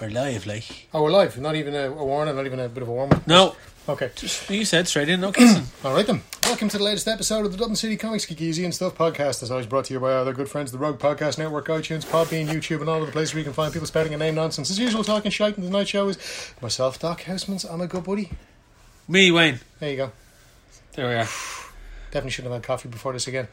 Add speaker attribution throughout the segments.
Speaker 1: alive, like.
Speaker 2: Oh, we're live. Not even a, a warning, not even a bit of a warm up.
Speaker 1: No,
Speaker 2: Okay.
Speaker 1: just you said straight in, no kissing.
Speaker 2: All right then. Welcome to the latest episode of the Dublin City Comics Geek Easy and Stuff podcast, as always brought to you by our other good friends, the Rogue Podcast Network, iTunes, Podbean, YouTube, and all of the places where you can find people spouting a name nonsense. As usual, talking shite, and tonight's show is myself, Doc Housemans. I'm a good buddy.
Speaker 1: Me, Wayne.
Speaker 2: There you go.
Speaker 1: There we are.
Speaker 2: Definitely shouldn't have had coffee before this again.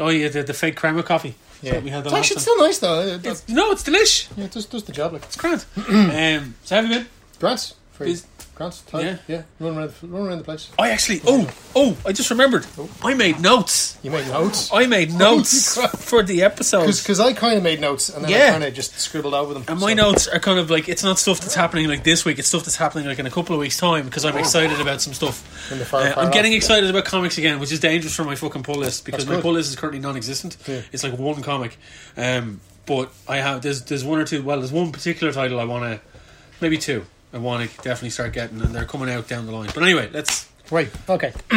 Speaker 1: Oh, yeah, the, the fake cream of coffee.
Speaker 2: Yeah.
Speaker 1: we had
Speaker 2: it's
Speaker 1: the
Speaker 2: actually
Speaker 1: last
Speaker 2: still nice, though. It, it,
Speaker 1: It's, no, it's delish.
Speaker 2: yeah, it does, does the job. Like,
Speaker 1: It's grand. um, so have you been?
Speaker 2: grants. For
Speaker 1: Is-
Speaker 2: grants.
Speaker 1: Yeah.
Speaker 2: Yeah. yeah. Run, around, the- run around the place.
Speaker 1: I actually. Oh, oh! I just remembered. I made notes.
Speaker 2: You make notes?
Speaker 1: I made notes
Speaker 2: crap.
Speaker 1: for the episode.
Speaker 2: Because I kind of made notes, and then
Speaker 1: Yeah.
Speaker 2: I kind of just scribbled over them.
Speaker 1: And my
Speaker 2: So-
Speaker 1: notes are kind of like it's not stuff that's happening like this week. It's stuff that's happening like in a couple of weeks' time because I'm excited about some stuff.
Speaker 2: Oh.
Speaker 1: Uh,
Speaker 2: In the far, far
Speaker 1: I'm
Speaker 2: off.
Speaker 1: getting excited about comics again, which is dangerous for my fucking pull list because
Speaker 2: That's
Speaker 1: my
Speaker 2: good.
Speaker 1: pull list is currently non-existent.
Speaker 2: Yeah.
Speaker 1: It's like one comic, um, but I have there's there's one or two. Well, there's one particular title I want to, maybe two. I want to definitely start getting, and they're coming out down the line. But anyway, let's.
Speaker 2: Right. Okay.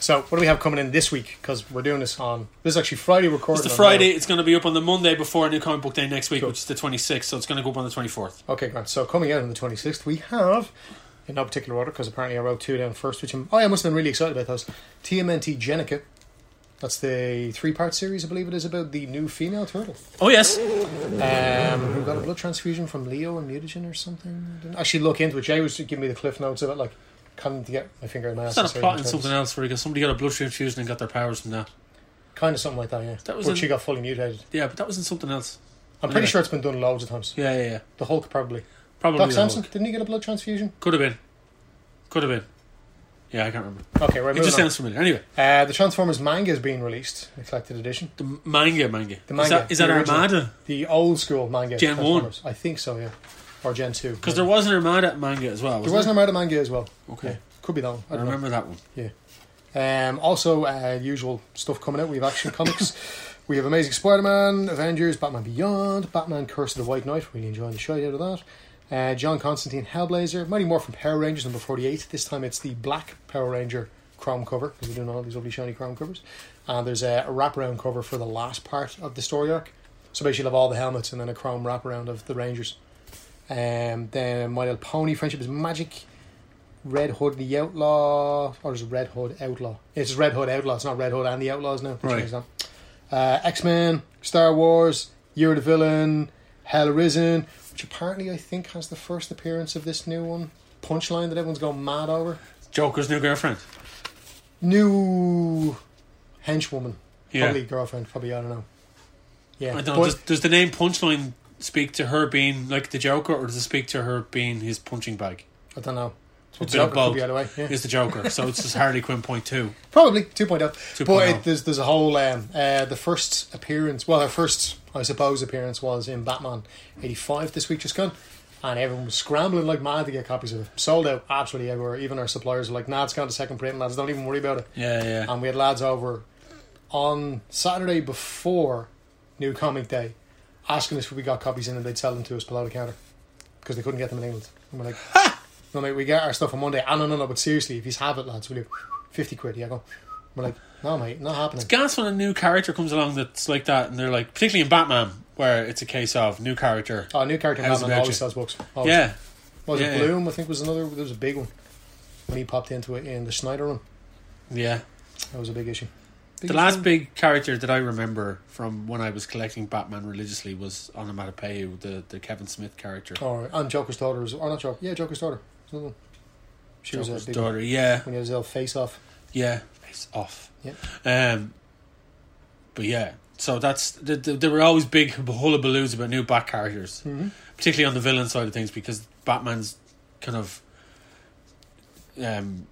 Speaker 2: so, what do we have coming in this week? Because we're doing this on this is actually Friday recording.
Speaker 1: It's the
Speaker 2: on
Speaker 1: Friday.
Speaker 2: now.
Speaker 1: It's going to be up on the Monday before New Comic Book Day next week, which is the 26th. So it's going to go up on the 24th.
Speaker 2: Okay, great. So, coming out on the twenty sixth, we have in no particular order because apparently I wrote two down first, which I'm, oh, yeah, I must have been really excited about those. TMNT Jenica. That's the three part series, I believe it is, about the new female turtle
Speaker 1: Oh yes,
Speaker 2: um, who got a blood transfusion from Leo and mutagen or something. I didn't actually look into it. Jay was giving me the cliff notes of it, like, coming to get my finger in my ass.
Speaker 1: it's not a plot in something else where you got somebody got a blood transfusion and got their powers from that.
Speaker 2: Kind of something like that, yeah.
Speaker 1: That
Speaker 2: That
Speaker 1: was
Speaker 2: was but
Speaker 1: in-
Speaker 2: she got fully mutated.
Speaker 1: Yeah, but that was in something else.
Speaker 2: I'm pretty
Speaker 1: Anyway.
Speaker 2: sure it's been done loads of times.
Speaker 1: Yeah, yeah, yeah.
Speaker 2: The Hulk probably.
Speaker 1: Probably
Speaker 2: Doc
Speaker 1: the
Speaker 2: Samson,
Speaker 1: Hulk.
Speaker 2: didn't he get a blood transfusion?
Speaker 1: Could have been. Could have been. Yeah, I can't remember.
Speaker 2: Okay, right.
Speaker 1: It
Speaker 2: moving
Speaker 1: just
Speaker 2: on.
Speaker 1: sounds familiar. Anyway,
Speaker 2: Uh, the Transformers manga is being released, the collected edition.
Speaker 1: the m- manga, manga.
Speaker 2: The
Speaker 1: Is
Speaker 2: manga,
Speaker 1: that, is that
Speaker 2: the original.
Speaker 1: Armada?
Speaker 2: The old school manga.
Speaker 1: Gen
Speaker 2: Transformers. I think so, yeah. Or Gen 2.
Speaker 1: Because there was an Armada manga as well.
Speaker 2: There
Speaker 1: Wasn't
Speaker 2: was an Armada manga as well.
Speaker 1: there? Okay,
Speaker 2: Yeah, could be that one. I
Speaker 1: I
Speaker 2: don't
Speaker 1: remember that one.
Speaker 2: know. Um, also, uh, usual stuff coming out. We have Action Comics. We have Amazing Spider-Man, Avengers, Batman Beyond, Batman Curse of the White Knight. Really enjoying the show out of that. Uh, John Constantine Hellblazer, Mighty Morphin Power Rangers number 48. This time it's the black Power Ranger chrome cover because we're doing all these lovely shiny chrome covers. And Uh, there's a, a wraparound cover for the last part of the story arc. So basically, you'll have all the helmets and then a chrome wraparound of the Rangers. Um, then My Little Pony, Friendship is Magic, Red Hood and the Outlaw, or is it Red Hood Outlaw? It's Red Hood Outlaw, it's not Red Hood and the Outlaws now.
Speaker 1: Right.
Speaker 2: Change that uh, X Men, Star Wars, Year of the Villain, Hell Arisen, which apparently I think has the first appearance of this new one. Punchline that everyone's gone mad over.
Speaker 1: Joker's new girlfriend.
Speaker 2: New henchwoman,
Speaker 1: Yeah.
Speaker 2: probably girlfriend, probably I don't know. Yeah,
Speaker 1: I don't know.
Speaker 2: but
Speaker 1: Does, does the name Punchline speak to her being like the Joker, or does it speak to her being his punching bag?
Speaker 2: I don't know.
Speaker 1: A
Speaker 2: It's
Speaker 1: bit of
Speaker 2: Joker, could
Speaker 1: both.
Speaker 2: be either way. Yeah.
Speaker 1: It's the Joker, so it's just Harley Quinn point two.
Speaker 2: Probably 2.0.
Speaker 1: 2.0.
Speaker 2: But it, there's there's a whole um, uh, the first appearance. Well, her first I suppose appearance was in Batman '85 this week just gone, and everyone was scrambling like mad to get copies of it. Sold out absolutely everywhere. Even our suppliers were like, "Nah, it's gone to second print, lads. Don't even worry about it."
Speaker 1: Yeah, yeah.
Speaker 2: And Um, we had lads over on Saturday before New Comic Day, asking us if we got copies in, and they'd sell them to us below the counter because they couldn't get them in England. And we're like, "No, mate, we get our stuff on Monday." Ah, no, no, no. But seriously, if he's have it, lads, will you? Fifty quid, yeah, go. We're like, "No, mate, not happening."
Speaker 1: gas when a new character comes along that's like that, and they're like, particularly in Batman, where it's a case of new character.
Speaker 2: Oh, new character in
Speaker 1: How's
Speaker 2: Batman
Speaker 1: about
Speaker 2: always
Speaker 1: you?
Speaker 2: sells books. Always.
Speaker 1: yeah,
Speaker 2: What was
Speaker 1: Yeah,
Speaker 2: it
Speaker 1: yeah.
Speaker 2: Bloom? I think was another. There was a big one when he popped into it in the Schneider run.
Speaker 1: yeah.
Speaker 2: That was a big issue.
Speaker 1: The last big character that I remember from when I was collecting Batman religiously was Onomatopoeia, the, the Kevin Smith character.
Speaker 2: Or and Joker's daughter was, or not Joker? Yeah, Joker's daughter. There's another one. She was
Speaker 1: Joker's
Speaker 2: a big one
Speaker 1: daughter. Yeah,
Speaker 2: when he was a face off.
Speaker 1: yeah. It's off.
Speaker 2: Yep.
Speaker 1: Um, but yeah, so that's the, the, there were always big hullabaloos about new Bat characters,
Speaker 2: Mm-hmm.
Speaker 1: particularly on the villain side of things, because Batman's kind of um,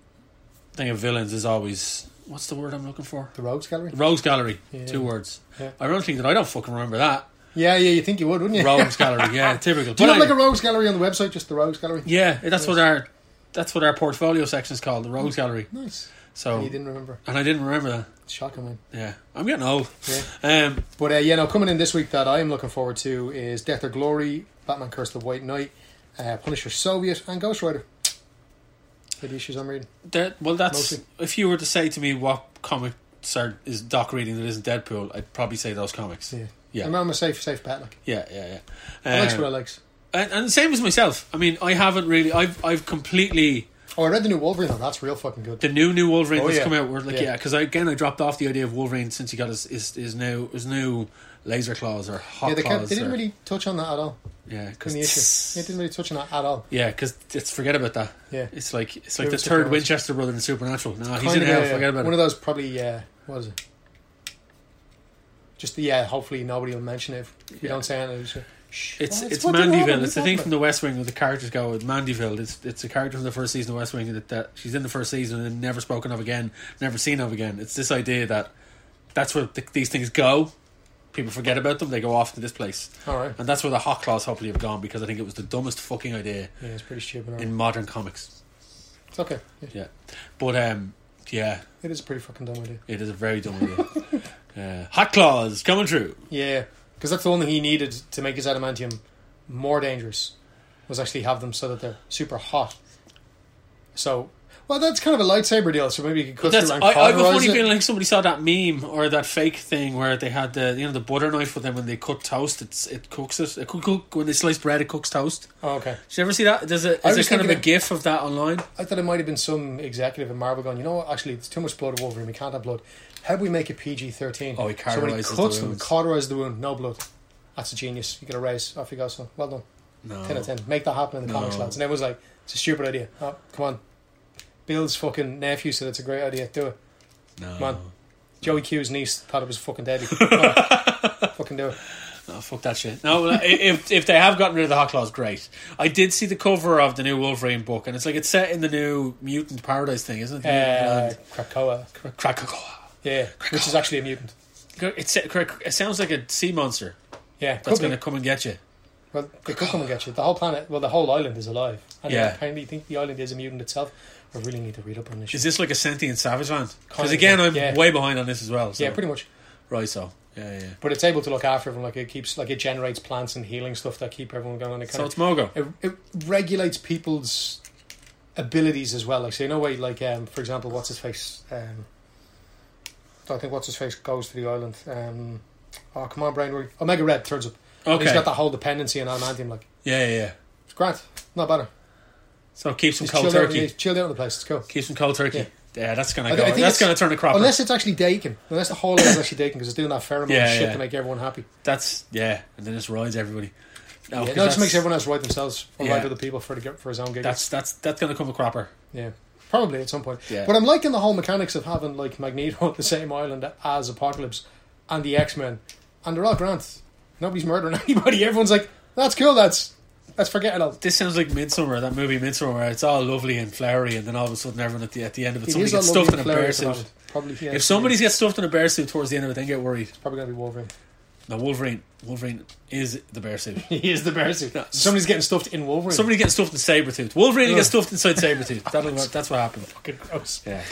Speaker 1: thing of villains is always what's the word I'm looking for?
Speaker 2: The Rogues Gallery.
Speaker 1: Rogues Gallery.
Speaker 2: Yeah.
Speaker 1: Two words.
Speaker 2: Yeah.
Speaker 1: Ironically, that I don't fucking remember that.
Speaker 2: Yeah, yeah, you think you would, wouldn't you?
Speaker 1: Rogues Gallery. Yeah, typical.
Speaker 2: Do you
Speaker 1: But
Speaker 2: have like a
Speaker 1: anyway.
Speaker 2: Rogues Gallery on the website? Just the Rogues Gallery.
Speaker 1: Yeah, that's what our that's what our portfolio section is called, the Rogues Gallery.
Speaker 2: Nice.
Speaker 1: So
Speaker 2: Mm. And you didn't remember?
Speaker 1: and I didn't remember that.
Speaker 2: It's shocking, man.
Speaker 1: Yeah, I'm getting old.
Speaker 2: Yeah.
Speaker 1: Um,
Speaker 2: But uh, yeah, no, coming in this week that I am looking forward to is Death or Glory, Batman: Curse of the White Knight, uh, Punisher, Soviet, and Ghost Rider. Are the issues I'm reading.
Speaker 1: that, well, that's
Speaker 2: Mostly.
Speaker 1: if you were to say to me what comics are is Doc reading that isn't Deadpool, I'd probably say those comics.
Speaker 2: Yeah.
Speaker 1: Yeah.
Speaker 2: I'm on a safe, safe bet. Like,
Speaker 1: Yeah, yeah, yeah.
Speaker 2: I likes
Speaker 1: Uh,
Speaker 2: what I likes.
Speaker 1: and, and same as myself. I mean, I haven't really. I've I've completely
Speaker 2: Oh, I read the new Wolverine. though. That's real fucking good.
Speaker 1: the new new Wolverine
Speaker 2: Oh,
Speaker 1: that's
Speaker 2: yeah.
Speaker 1: come out. We're like,
Speaker 2: Yeah.
Speaker 1: yeah, because I again I dropped off the idea of Wolverine since he got his his, his new his new laser claws or hot
Speaker 2: yeah, they,
Speaker 1: claws.
Speaker 2: kept, they didn't
Speaker 1: or-
Speaker 2: really touch on that at all
Speaker 1: yeah,
Speaker 2: in the issue. They
Speaker 1: because
Speaker 2: didn't really touch on that at all.
Speaker 1: yeah, because it's forget about that.
Speaker 2: Yeah.
Speaker 1: It's like it's like the
Speaker 2: Who's the
Speaker 1: third
Speaker 2: third?
Speaker 1: Winchester brother in Supernatural. No, he's in
Speaker 2: Kind of
Speaker 1: hell.
Speaker 2: a-
Speaker 1: forget about
Speaker 2: One of
Speaker 1: it.
Speaker 2: those probably, uh, what is it? Just, the, yeah, hopefully nobody will mention it. If you
Speaker 1: Yeah.
Speaker 2: don't say anything, it's just, Shh,
Speaker 1: It's
Speaker 2: oh,
Speaker 1: it's
Speaker 2: fucking Robin,
Speaker 1: Mandyville. It's the
Speaker 2: what
Speaker 1: thing
Speaker 2: about?
Speaker 1: from The West Wing where the characters go with Mandyville. It's it's a character from the first season of West Wing that, that she's in the first season and never spoken of again, never seen of again. It's this idea that that's where th these things go. People forget about them. They go off to this place,
Speaker 2: All right.
Speaker 1: and that's where the hot claws hopefully have gone because I think it was the dumbest fucking idea
Speaker 2: Yeah, it's pretty stupid. alright.
Speaker 1: in modern comics.
Speaker 2: It's okay. Yeah,
Speaker 1: Yeah, but um, yeah,
Speaker 2: It is a pretty fucking dumb idea.
Speaker 1: it is a very dumb idea. uh, hot claws coming true.
Speaker 2: Yeah, because that's the one thing he needed to make his adamantium more dangerous was actually have them so that they're super hot. So, well, that's kind of a lightsaber deal. So maybe you could cut
Speaker 1: That's,
Speaker 2: through
Speaker 1: I,
Speaker 2: and
Speaker 1: I have a
Speaker 2: cauterize
Speaker 1: funny
Speaker 2: it.
Speaker 1: feeling like somebody saw that meme or that fake thing where they had the you know the butter knife, but then when they cut toast, it's it cooks it. It cook, cook when they slice bread, it cooks toast.
Speaker 2: oh, okay,
Speaker 1: Did you ever see that? There's a
Speaker 2: I
Speaker 1: is there
Speaker 2: was
Speaker 1: kind of a
Speaker 2: thinking
Speaker 1: gif of that online?
Speaker 2: I thought it might have been some executive in Marvel going, you know what? Actually, it's too much blood of Wolverine. We can't have blood. How do we make it PG thirteen?
Speaker 1: Oh, he
Speaker 2: so when he
Speaker 1: cauterises the
Speaker 2: cuts them,
Speaker 1: wounds.
Speaker 2: cauterize the wound, no blood. That's a genius. You get a raise. Off you go. So well done.
Speaker 1: No,
Speaker 2: Ten out of ten. Make that happen in the comics,
Speaker 1: No.
Speaker 2: lads. And everyone's like, it's a stupid idea. Oh, come on. Bill's fucking nephew said it's a great idea. Do it.
Speaker 1: no,
Speaker 2: Man. Joey Q's niece thought it was fucking deadly. Oh, fucking do it.
Speaker 1: no, fuck that shit. No, well, i- if if they have gotten rid of the hot claws, great. I did see the cover of the new Wolverine book, and it's like it's set in the new Mutant Paradise thing, isn't it?
Speaker 2: Uh, Krakoa.
Speaker 1: Mutant Land. Krakoa.
Speaker 2: Yeah, which is actually a mutant.
Speaker 1: It's, it sounds like a sea monster
Speaker 2: Yeah, could
Speaker 1: that's
Speaker 2: be.
Speaker 1: going to come and get you.
Speaker 2: Well, they could come and get you. The whole planet, well, the whole island is alive. And
Speaker 1: Yeah.
Speaker 2: I apparently think the island is a mutant itself. I really need to read up on this.
Speaker 1: Is
Speaker 2: shit.
Speaker 1: this like a sentient savage land? Because
Speaker 2: Kinda,
Speaker 1: again, I'm
Speaker 2: yeah.
Speaker 1: way behind on this as well. So.
Speaker 2: Yeah, pretty much.
Speaker 1: right. So yeah, yeah. yeah.
Speaker 2: But it's able to look after everyone. Like it keeps, like it generates plants and healing stuff that keep everyone going. And it
Speaker 1: So
Speaker 2: kind
Speaker 1: it's Mogo.
Speaker 2: of it, it regulates people's abilities as well. Like so, in a way, like um, for example, what's his face? Um, I think what's his face goes to the island. Um, oh come on, Brainwave. Omega Red turns up. And
Speaker 1: Okay.
Speaker 2: He's got that whole dependency on adamantium. Like
Speaker 1: yeah, yeah, yeah.
Speaker 2: it's great, not better.
Speaker 1: So keep some
Speaker 2: He's
Speaker 1: cold
Speaker 2: chilled out,
Speaker 1: turkey.
Speaker 2: he's chilled out on the place. It's cool.
Speaker 1: Keep some cold turkey. Yeah,
Speaker 2: Yeah.
Speaker 1: that's
Speaker 2: I
Speaker 1: gonna
Speaker 2: th-
Speaker 1: go.
Speaker 2: I think
Speaker 1: that's
Speaker 2: it's-
Speaker 1: gonna turn a crop.
Speaker 2: Unless it's actually Dakin. Unless the whole is actually Dakin because it's doing that pheromone
Speaker 1: Yeah,
Speaker 2: shit
Speaker 1: yeah.
Speaker 2: to make everyone happy.
Speaker 1: That's yeah, and then it rides everybody. No, 'cause
Speaker 2: Yeah, no, it just
Speaker 1: that's-
Speaker 2: makes everyone else right themselves or
Speaker 1: Yeah.
Speaker 2: right other people for to get for his own gig.
Speaker 1: That's that's that's gonna come a cropper.
Speaker 2: yeah. Probably at some point.
Speaker 1: Yeah.
Speaker 2: But I'm liking the whole mechanics of having like Magneto on the same island as Apocalypse and the X Men. And they're all grand. Nobody's murdering anybody. Everyone's like, That's cool, that's let's forget it all.
Speaker 1: This sounds like Midsummer, that movie Midsummer, where it's all lovely and flowery, and then all of a sudden, everyone at the at the end of it,
Speaker 2: It
Speaker 1: somebody
Speaker 2: is all
Speaker 1: gets stuffed in
Speaker 2: lovely
Speaker 1: a
Speaker 2: and flirty
Speaker 1: bear
Speaker 2: at the
Speaker 1: suit.
Speaker 2: moment. Probably yeah,
Speaker 1: If somebody gets stuffed in a bear suit towards the end of it, then get worried.
Speaker 2: it's probably gonna be Wolverine.
Speaker 1: Now Wolverine, Wolverine is the bear suit.
Speaker 2: he is the bear suit.
Speaker 1: No.
Speaker 2: Somebody's getting stuffed in Wolverine.
Speaker 1: Somebody gets stuffed in Sabretooth. Wolverine gets
Speaker 2: Ugh.
Speaker 1: stuffed inside Sabretooth. That'll, that's what happened.
Speaker 2: fucking gross.
Speaker 1: Yeah.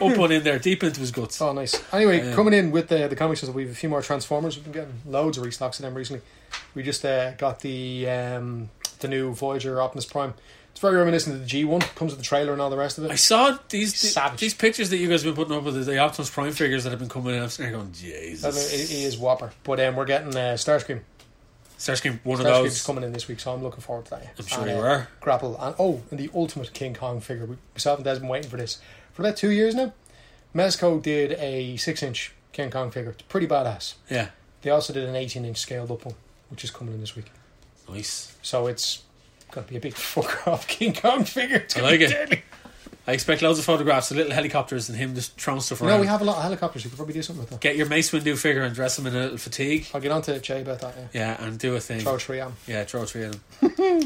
Speaker 1: Up one in there, deep into his guts.
Speaker 2: Oh, nice. Anyway,
Speaker 1: Yeah.
Speaker 2: coming in with the the comics, we have a few more Transformers. We've been getting loads of restocks of them recently. We just uh, got the um, the new Voyager Optimus Prime. It's very reminiscent of the G one. Comes with the trailer and all the rest of
Speaker 1: I
Speaker 2: it.
Speaker 1: saw these
Speaker 2: He's
Speaker 1: the,
Speaker 2: savage.
Speaker 1: these pictures that you guys have been putting up with the, the Optimus Prime figures that have been coming in. I'm sitting there going,
Speaker 2: I know,
Speaker 1: Jesus.
Speaker 2: Oh, He he is whopper, but um, we're getting uh, Starscream.
Speaker 1: Starscream, one of
Speaker 2: Starscream's
Speaker 1: those.
Speaker 2: coming in this week, so I'm looking forward to that.
Speaker 1: I'm sure
Speaker 2: And,
Speaker 1: you
Speaker 2: uh,
Speaker 1: were.
Speaker 2: Grapple and oh, and the ultimate King Kong figure. We, myself and Des been waiting for this for about two years now. Mezco did a six inch King Kong figure. It's pretty badass.
Speaker 1: Yeah.
Speaker 2: They also did an eighteen inch scaled up one, which is coming in this week.
Speaker 1: Nice.
Speaker 2: So it's going to be a big fuck off King Kong figure. It's
Speaker 1: I
Speaker 2: gonna
Speaker 1: like
Speaker 2: be
Speaker 1: it.
Speaker 2: deadly.
Speaker 1: I expect loads of photographs of little helicopters and him just throwing stuff around.
Speaker 2: No, we have a lot of helicopters. We could probably do something with that.
Speaker 1: Get your Mace Windu figure and dress him in a little fatigue.
Speaker 2: I'll get on to Jay about that. Yeah.
Speaker 1: Yeah, and do a thing.
Speaker 2: Throw a tree at
Speaker 1: Yeah, throw a tree at him.
Speaker 2: him.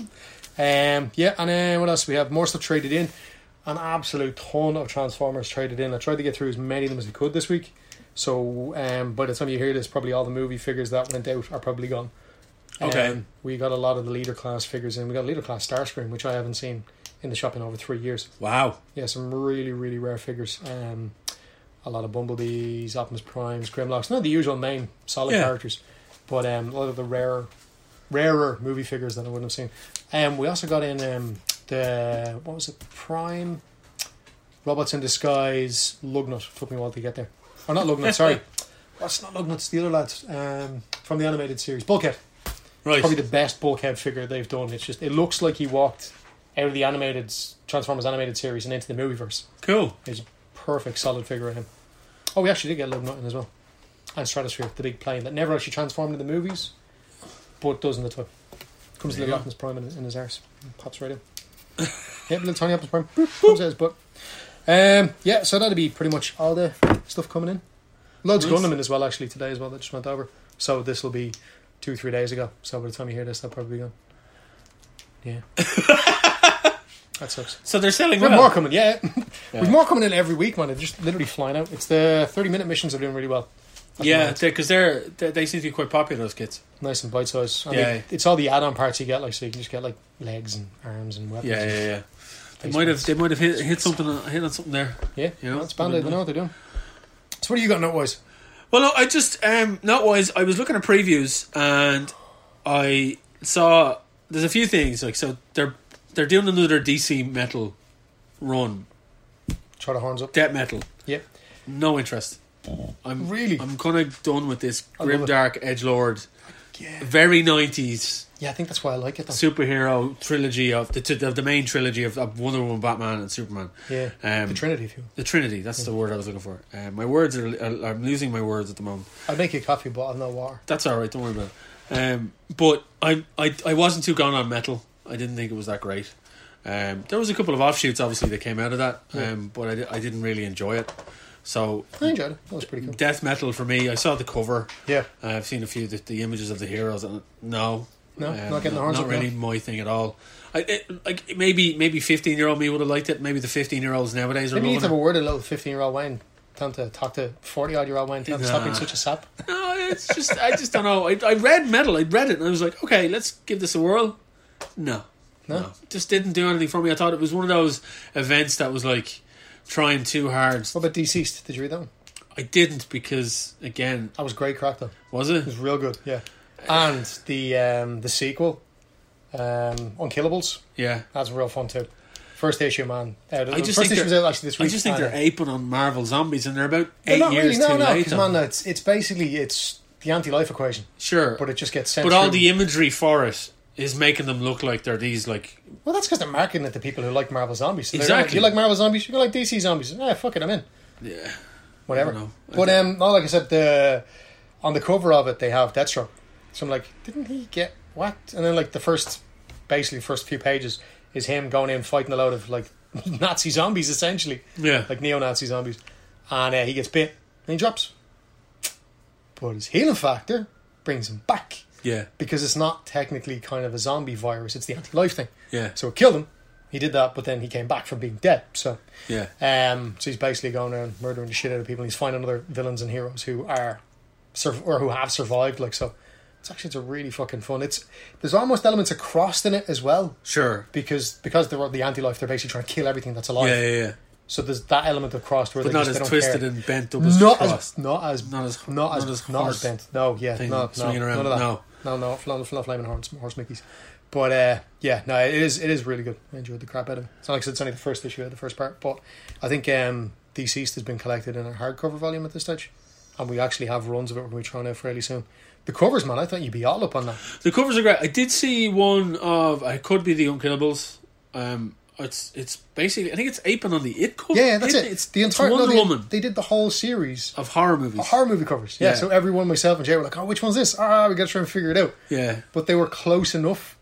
Speaker 2: Um, yeah, and then what else? We have more stuff traded in. An absolute ton of Transformers traded in. I tried to get through as many of them as we could this week. So um, by the time you hear this, probably all the movie figures that went out are probably gone.
Speaker 1: Okay.
Speaker 2: Um, we got a lot of the leader class figures in. We got leader class Starscream, which I haven't seen in the shop in over three years.
Speaker 1: Wow.
Speaker 2: Yeah, some really, really rare figures. Um, a lot of Bumblebees, Optimus Primes, Grimlocks. Not the usual main solid
Speaker 1: Yeah.
Speaker 2: characters, but um, a lot of the rarer, rarer movie figures that I wouldn't have seen. Um, we also got in um, the what was it? Prime Robots in Disguise. Lugnut took me a while to get there. Oh, not Lugnut. sorry, that's not Lugnut. It's the other lads. Um, from the animated series. Bulkhead,
Speaker 1: Right.
Speaker 2: probably the best Bulkhead figure they've done. It's just it looks like he walked out of the animated Transformers animated series and into the movieverse.
Speaker 1: cool.
Speaker 2: It's a perfect solid figure of him. Oh, we actually did get Love Nothing as well, and Stratosphere, the big plane that never actually transformed in the movies, but does in the toy. Comes
Speaker 1: There
Speaker 2: Lil
Speaker 1: you go.
Speaker 2: Optimus Prime in, in his arse. Pops right in. yep, little tiny Optimus Prime. Boop, comes out his butt. Um, yeah, so that'd be pretty much all the stuff coming in. Loads
Speaker 1: Nice.
Speaker 2: of Gundam in as well, actually, today as well, that just went over. So this will be two, three days ago. So by the time you hear this, that'll probably be gone. Yeah. that sucks.
Speaker 1: So they're selling
Speaker 2: We've
Speaker 1: well.
Speaker 2: more coming, yeah.
Speaker 1: Yeah.
Speaker 2: We've more coming in every week, man. They're just literally flying out. It's the 30 minute missions are doing really well. That's
Speaker 1: Yeah,
Speaker 2: mad.
Speaker 1: because they're, they they seem to be quite popular. Those kids.
Speaker 2: Nice and bite sized.
Speaker 1: Yeah.
Speaker 2: it's all the add on parts you get, like, so you can just get, like, legs and arms and weapons.
Speaker 1: Yeah, yeah, yeah. They
Speaker 2: Face
Speaker 1: might have
Speaker 2: masks.
Speaker 1: they might have hit, hit something on- hit on something there.
Speaker 2: Yeah,
Speaker 1: Yeah,
Speaker 2: that's
Speaker 1: I
Speaker 2: Bandai.
Speaker 1: didn't know.
Speaker 2: They know what they're doing. So what do you got note wise?
Speaker 1: Well, no, I just um, not wise. I was looking at previews and I saw there's a few things like so they're they're doing another DC metal run,
Speaker 2: Try the horns up.
Speaker 1: death metal.
Speaker 2: Yeah.
Speaker 1: No interest. I'm
Speaker 2: Really?
Speaker 1: I'm kind of done with this
Speaker 2: I love
Speaker 1: grim
Speaker 2: it.
Speaker 1: dark edge lord,
Speaker 2: Yeah.
Speaker 1: very nineties
Speaker 2: Yeah, I think that's why I like it though.
Speaker 1: superhero trilogy of the, the the main trilogy of, of Wonder Woman, Batman, and Superman.
Speaker 2: Yeah.
Speaker 1: Um,
Speaker 2: the Trinity if you
Speaker 1: The Trinity. That's the word I was looking for. Uh, my words are, are. I'm losing my words at the moment.
Speaker 2: I'd make you a coffee but I'll no water.
Speaker 1: That's all right. Don't worry about it. Um, but I, I, I wasn't too gone on metal. I didn't think it was that great. Um, there was a couple of offshoots, obviously, that came out of that.
Speaker 2: Yeah.
Speaker 1: Um, but I, di- I didn't really enjoy it. So
Speaker 2: I enjoyed it. That was pretty cool.
Speaker 1: death metal for me. I saw the cover.
Speaker 2: Yeah.
Speaker 1: I've seen a few of the, the images of the heroes, and no, Um,
Speaker 2: No, not getting the horns
Speaker 1: Not
Speaker 2: up,
Speaker 1: really my thing at all. I it, like maybe maybe fifteen year old me would have liked it. Maybe the fifteen year olds nowadays are
Speaker 2: Maybe you need
Speaker 1: loving
Speaker 2: to have a
Speaker 1: it.
Speaker 2: word with a little fifteen year old Wayne. Time to talk to forty odd year old Wayne. Time to stop being
Speaker 1: Nah.
Speaker 2: such a sap.
Speaker 1: No, it's just I just don't know. I, I read metal. I read it, and I was like, okay, let's give this a whirl. No,
Speaker 2: No?
Speaker 1: just didn't do anything for me. I thought it was one of those events that was like trying too hard.
Speaker 2: What about deceased? Did you read that one?
Speaker 1: I didn't because again,
Speaker 2: That was great crack though.
Speaker 1: was
Speaker 2: It
Speaker 1: it?
Speaker 2: was real good, yeah. And the um, the sequel, um, Unkillables,
Speaker 1: Yeah.
Speaker 2: that's real fun too. First issue, man. Out
Speaker 1: I just
Speaker 2: first
Speaker 1: think
Speaker 2: issue was
Speaker 1: they're-
Speaker 2: out actually this
Speaker 1: I
Speaker 2: week.
Speaker 1: just think
Speaker 2: and- uh,
Speaker 1: they're aping on Marvel zombies, and they're about
Speaker 2: They're
Speaker 1: eight
Speaker 2: not
Speaker 1: years
Speaker 2: really, no,
Speaker 1: too
Speaker 2: no,
Speaker 1: late.
Speaker 2: because
Speaker 1: on
Speaker 2: man,
Speaker 1: it.
Speaker 2: it's it's basically it's the anti-life equation,
Speaker 1: Sure,
Speaker 2: but uh,
Speaker 1: but,
Speaker 2: it just gets sent.
Speaker 1: all
Speaker 2: through-
Speaker 1: the imagery for it is making them look like they're these like
Speaker 2: well, that's because they're marketing it to people who like Marvel zombies. So they're
Speaker 1: Exactly.
Speaker 2: Like, you like Marvel zombies? You like DC zombies? Ah, fuck it, I'm in.
Speaker 1: yeah.
Speaker 2: Whatever.
Speaker 1: don't know.
Speaker 2: But um, no, like I said, the on the cover of it they have Deathstroke. So I'm like, didn't he get whacked? And then like the first, basically first few pages is him going in fighting a load of like Nazi zombies essentially.
Speaker 1: Yeah,
Speaker 2: like neo-Nazi zombies, and uh, he gets bit and he drops. But his healing factor brings him back
Speaker 1: yeah,
Speaker 2: because it's not technically kind of a zombie virus; it's the anti-life thing.
Speaker 1: yeah,
Speaker 2: So it killed him. He did that, but then he came back from being dead. So,
Speaker 1: yeah.
Speaker 2: um, so he's basically going around murdering the shit out of people. He's finding other villains and heroes who are, sur- or who have survived. Like so, it's actually it's a really fucking fun. It's there's almost elements of crossed in it as well
Speaker 1: Sure.
Speaker 2: because because they're the anti-life. They're basically trying to kill everything that's alive.
Speaker 1: Yeah, yeah, yeah.
Speaker 2: So there's that element of crossed where
Speaker 1: But
Speaker 2: they
Speaker 1: not
Speaker 2: just,
Speaker 1: as
Speaker 2: they don't
Speaker 1: twisted
Speaker 2: care.
Speaker 1: and bent up as
Speaker 2: not
Speaker 1: crossed.
Speaker 2: as not as
Speaker 1: Not as-
Speaker 2: not as
Speaker 1: not as
Speaker 2: not
Speaker 1: horse
Speaker 2: as bent. No, yeah,
Speaker 1: thing
Speaker 2: no, no,
Speaker 1: swinging around,
Speaker 2: none of that.
Speaker 1: no.
Speaker 2: no, no, fl- fl- flaming horns, horse mickeys. But uh, yeah, no, it is it is really good. I enjoyed the crap out of it. It's not like it's only the first issue, the first part, but I think um, Deceased has been collected in a hardcover volume at this stage, and we actually have runs of it we're going to be trying out fairly soon. The covers, man, I thought you'd be all up on that.
Speaker 1: The covers are great. I did see one of I could be the Unkillables. Um, it's it's basically I think it's aping on the it cover.
Speaker 2: Yeah, yeah that's it.
Speaker 1: It's
Speaker 2: the entire
Speaker 1: Wonder
Speaker 2: no, they,
Speaker 1: Woman
Speaker 2: They did the whole series
Speaker 1: of horror movies.
Speaker 2: horror movie covers. Yeah.
Speaker 1: Yeah.
Speaker 2: So everyone, myself and Jay, were like, "Oh, which one's this? Ah, we got to try and figure it out."
Speaker 1: yeah,
Speaker 2: But they were close enough,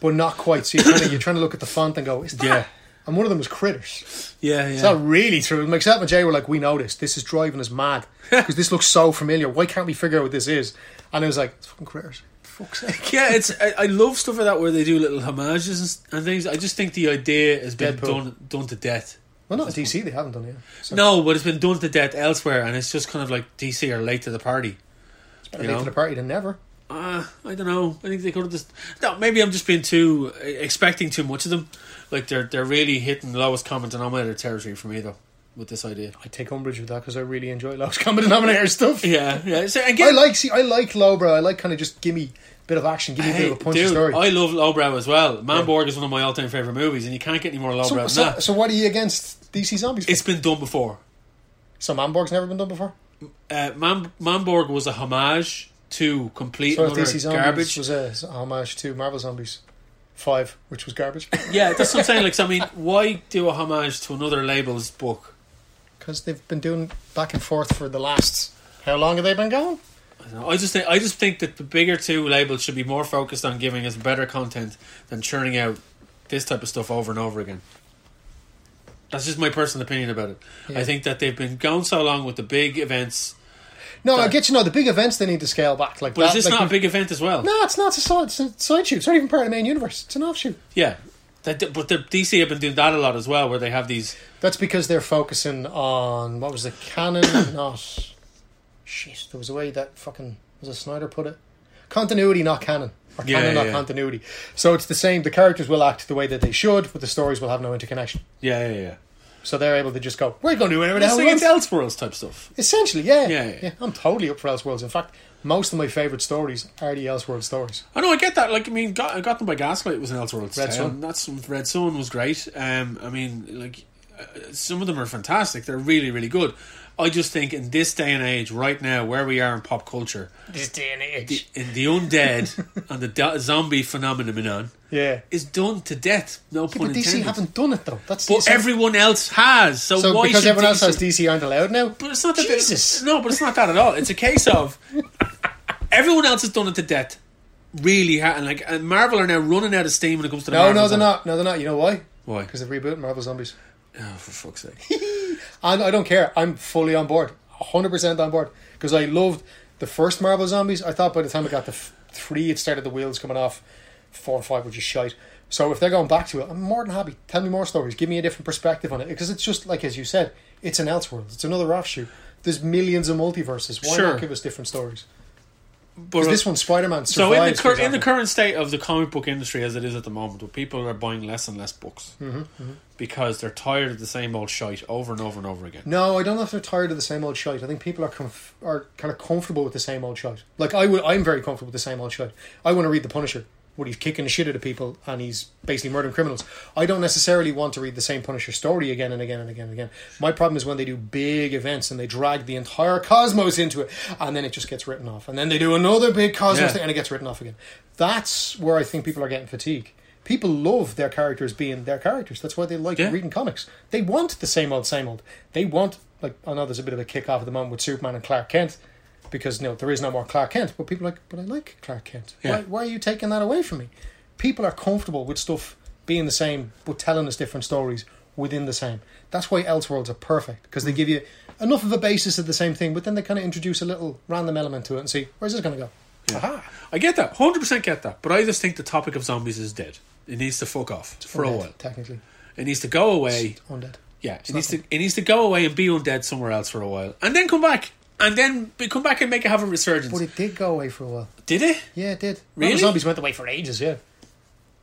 Speaker 2: but not quite. So you're trying to, you're trying to look at the font and go, "Is that?"
Speaker 1: Yeah.
Speaker 2: And one of them was critters.
Speaker 1: yeah, yeah.
Speaker 2: So that really threw me. Myself and Jay were like, "We know this. This is driving us mad because this looks so familiar. Why can't we figure out what this is?" And it was like, "It's fucking critters." Fuck's sake.
Speaker 1: yeah, it's I, I love stuff like that where they do little homages and, s- and things. I just think the idea has been
Speaker 2: Deadpool.
Speaker 1: done done to death.
Speaker 2: Well, not DC. They haven't done it. Yet. So
Speaker 1: No, but it's been done to death elsewhere, and it's just kind of like DC are late to the party.
Speaker 2: it's better
Speaker 1: you
Speaker 2: late
Speaker 1: know.
Speaker 2: to the party than never.
Speaker 1: Uh, I don't know. I think they could have just. No, maybe I'm just being too expecting too much of them. Like they're they're really hitting lowest common denominator territory for me though with this idea.
Speaker 2: I take umbrage with that because I really enjoy Lowe's Common Denominator stuff.
Speaker 1: Yeah, yeah. So
Speaker 2: I
Speaker 1: again,
Speaker 2: like see, I like lowbrow. I like kind of just give me a bit of action, give me a bit
Speaker 1: hey,
Speaker 2: of a punchy
Speaker 1: dude,
Speaker 2: story.
Speaker 1: I love lowbrow as well. Manborg is one of my all time favorite movies, and you can't get any more lowbrow
Speaker 2: So,
Speaker 1: than
Speaker 2: so,
Speaker 1: that.
Speaker 2: so what are you against DC zombies? For?
Speaker 1: It's been done before.
Speaker 2: so Manborg's never been done before.
Speaker 1: Uh, Man- Manborg was a homage two complete
Speaker 2: So
Speaker 1: and
Speaker 2: if
Speaker 1: utter
Speaker 2: DC Zombies
Speaker 1: garbage.
Speaker 2: was a homage to Marvel Zombies Five, which was garbage,
Speaker 1: Yeah, that's what I'm saying. Like, so, I mean, why do a homage to another label's book?
Speaker 2: because they've been doing back and forth for the last. How long have they been going?
Speaker 1: I, don't know. I just think I just think that the bigger two labels should be more focused on giving us better content than churning out this type of stuff over and over again. That's just my personal opinion about it.
Speaker 2: Yeah.
Speaker 1: I think that they've been going so long with the big events,
Speaker 2: No, I
Speaker 1: Sorry.
Speaker 2: get you. know the big events they need to scale back. Like,
Speaker 1: but
Speaker 2: that,
Speaker 1: is this
Speaker 2: like
Speaker 1: not a big event as well?
Speaker 2: No, it's not. It's a side, it's a side shoot. It's not even part of the main universe. It's an offshoot.
Speaker 1: Yeah, that, but the DC have been doing that a lot as well, where they have these.
Speaker 2: That's because they're focusing on what was the canon, not shit. There was a way that fucking was it Snyder put it, continuity, not canon, or
Speaker 1: Yeah,
Speaker 2: canon, not
Speaker 1: yeah.
Speaker 2: continuity. So it's the same. The characters will act the way that they should, but the stories will have no interconnection.
Speaker 1: Yeah, yeah, yeah.
Speaker 2: So they're able to just go, we're going to do whatever the
Speaker 1: It's
Speaker 2: hell we
Speaker 1: like it's
Speaker 2: want.
Speaker 1: Elseworlds type stuff.
Speaker 2: Essentially, yeah.
Speaker 1: Yeah, yeah.
Speaker 2: I'm totally up for Elseworlds. In fact, most of my favorite stories are the Elseworlds stories.
Speaker 1: I know, I get that. Like, I mean, got, got them by Gaslight was an Elseworlds.
Speaker 2: Red
Speaker 1: Red
Speaker 2: Sun.
Speaker 1: Sun. That's Red Sun was great. Um, I mean, like, uh, some of them are fantastic. They're really, really good. I just think in this day and age, right now, where we are in pop culture,
Speaker 2: This day and age.
Speaker 1: in the undead and the do- zombie phenomenon
Speaker 2: yeah.
Speaker 1: is done to death. No
Speaker 2: Yeah,
Speaker 1: pun
Speaker 2: but
Speaker 1: intended.
Speaker 2: DC haven't done it though. That's
Speaker 1: but
Speaker 2: DC.
Speaker 1: everyone else has. So,
Speaker 2: so
Speaker 1: why
Speaker 2: because
Speaker 1: should
Speaker 2: everyone else
Speaker 1: DC
Speaker 2: has DC aren't allowed now.
Speaker 1: But it's not that
Speaker 2: Jesus.
Speaker 1: They, no, but it's not that at all. It's a case of everyone else has done it to death. Really, ha- and like and Marvel are now running out of steam when it comes to the
Speaker 2: No, no,
Speaker 1: Marvels
Speaker 2: they're
Speaker 1: and-
Speaker 2: not. No, they're not. You know why?
Speaker 1: Why?
Speaker 2: Because they're rebooting Marvel Zombies.
Speaker 1: Oh, for fuck's sake!
Speaker 2: And I don't care. I'm fully on board. 100% on board. Because I loved the first Marvel Zombies. I thought by the time it got to f- three, it started the wheels coming off. Four and five were just shite. So if they're going back to it, I'm more than happy. Tell me more stories. Give me a different perspective on it. Because it's just, like as you said, it's an Elseworlds. It's another offshoot. There's millions of multiverses. Why
Speaker 1: Sure.
Speaker 2: not give us different stories?
Speaker 1: But uh,
Speaker 2: 'Because this one, Spider Man,
Speaker 1: so in the
Speaker 2: survives.
Speaker 1: cur-
Speaker 2: for
Speaker 1: in the
Speaker 2: example.
Speaker 1: current state of the comic book industry as it is at the moment, where people are buying less and less books
Speaker 2: Mm-hmm,
Speaker 1: because they're tired of the same old shite over and over and over again.
Speaker 2: No, I don't know if they're tired of the same old shite. I think people are comf- are kind of comfortable with the same old shite. Like I would, I'm very comfortable with the same old shite. I want to read the Punisher, where he's kicking the shit out of people and he's basically murdering criminals. I don't necessarily want to read the same Punisher story again and again and again and again. My problem is when they do big events and they drag the entire cosmos into it, and then it just gets written off. And then they do another big cosmos
Speaker 1: Yeah.
Speaker 2: thing, and it gets written off again. That's where I think people are getting fatigued. People love their characters being their characters. That's why they like
Speaker 1: Yeah.
Speaker 2: reading comics. They want the same old, same old. They want like I know there's a bit of a kick off at the moment with Superman and Clark Kent because no, there is no more Clark Kent. But people are like, but I like Clark Kent. Why,
Speaker 1: Yeah.
Speaker 2: why are you taking that away from me? People are comfortable with stuff being the same but telling us different stories within the same. That's why Elseworlds are perfect because
Speaker 1: Mm.
Speaker 2: they give you enough of a basis of the same thing, but then they kind of introduce a little random element to it and see where's this going to go. Aha.
Speaker 1: I get that, hundred percent get that, but I just think the topic of zombies is dead. It needs to fuck off for a
Speaker 2: Undead,
Speaker 1: while.
Speaker 2: Technically,
Speaker 1: It needs to go away.
Speaker 2: undead.
Speaker 1: Yeah, it needs to it needs to go away and be undead somewhere else for a while, and then come back, and then be- come back and make it have a resurgence.
Speaker 2: But it did go away for a while.
Speaker 1: did it?
Speaker 2: Yeah, it did.
Speaker 1: Really?
Speaker 2: Marvel Zombies went away for ages, yeah.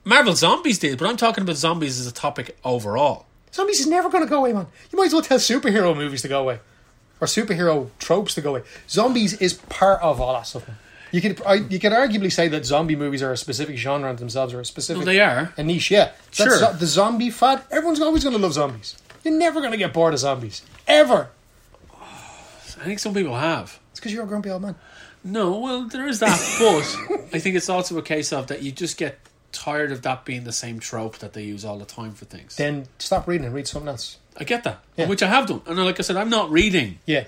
Speaker 1: Marvel Zombies did, but I'm talking about zombies as a topic overall.
Speaker 2: Zombies is never going to go away, man. You might as well tell superhero movies to go away. Or superhero tropes to go away. Zombies is part of all that stuff, man. You could, I, you could arguably say that zombie movies are a specific genre in themselves, or a specific...
Speaker 1: Well, they are.
Speaker 2: A niche, yeah. That's
Speaker 1: Sure.
Speaker 2: zo- the zombie fad, everyone's always going to love zombies. You're never going to get bored of zombies. Ever.
Speaker 1: I think some people have.
Speaker 2: It's because you're a grumpy old man.
Speaker 1: No, well, there is that, but I think it's also a case of that you just get tired of that being the same trope that they use all the time for things.
Speaker 2: Then stop reading and read something else.
Speaker 1: I get that,
Speaker 2: Yeah.
Speaker 1: which I have done, and like I said, I'm not reading.
Speaker 2: Yeah.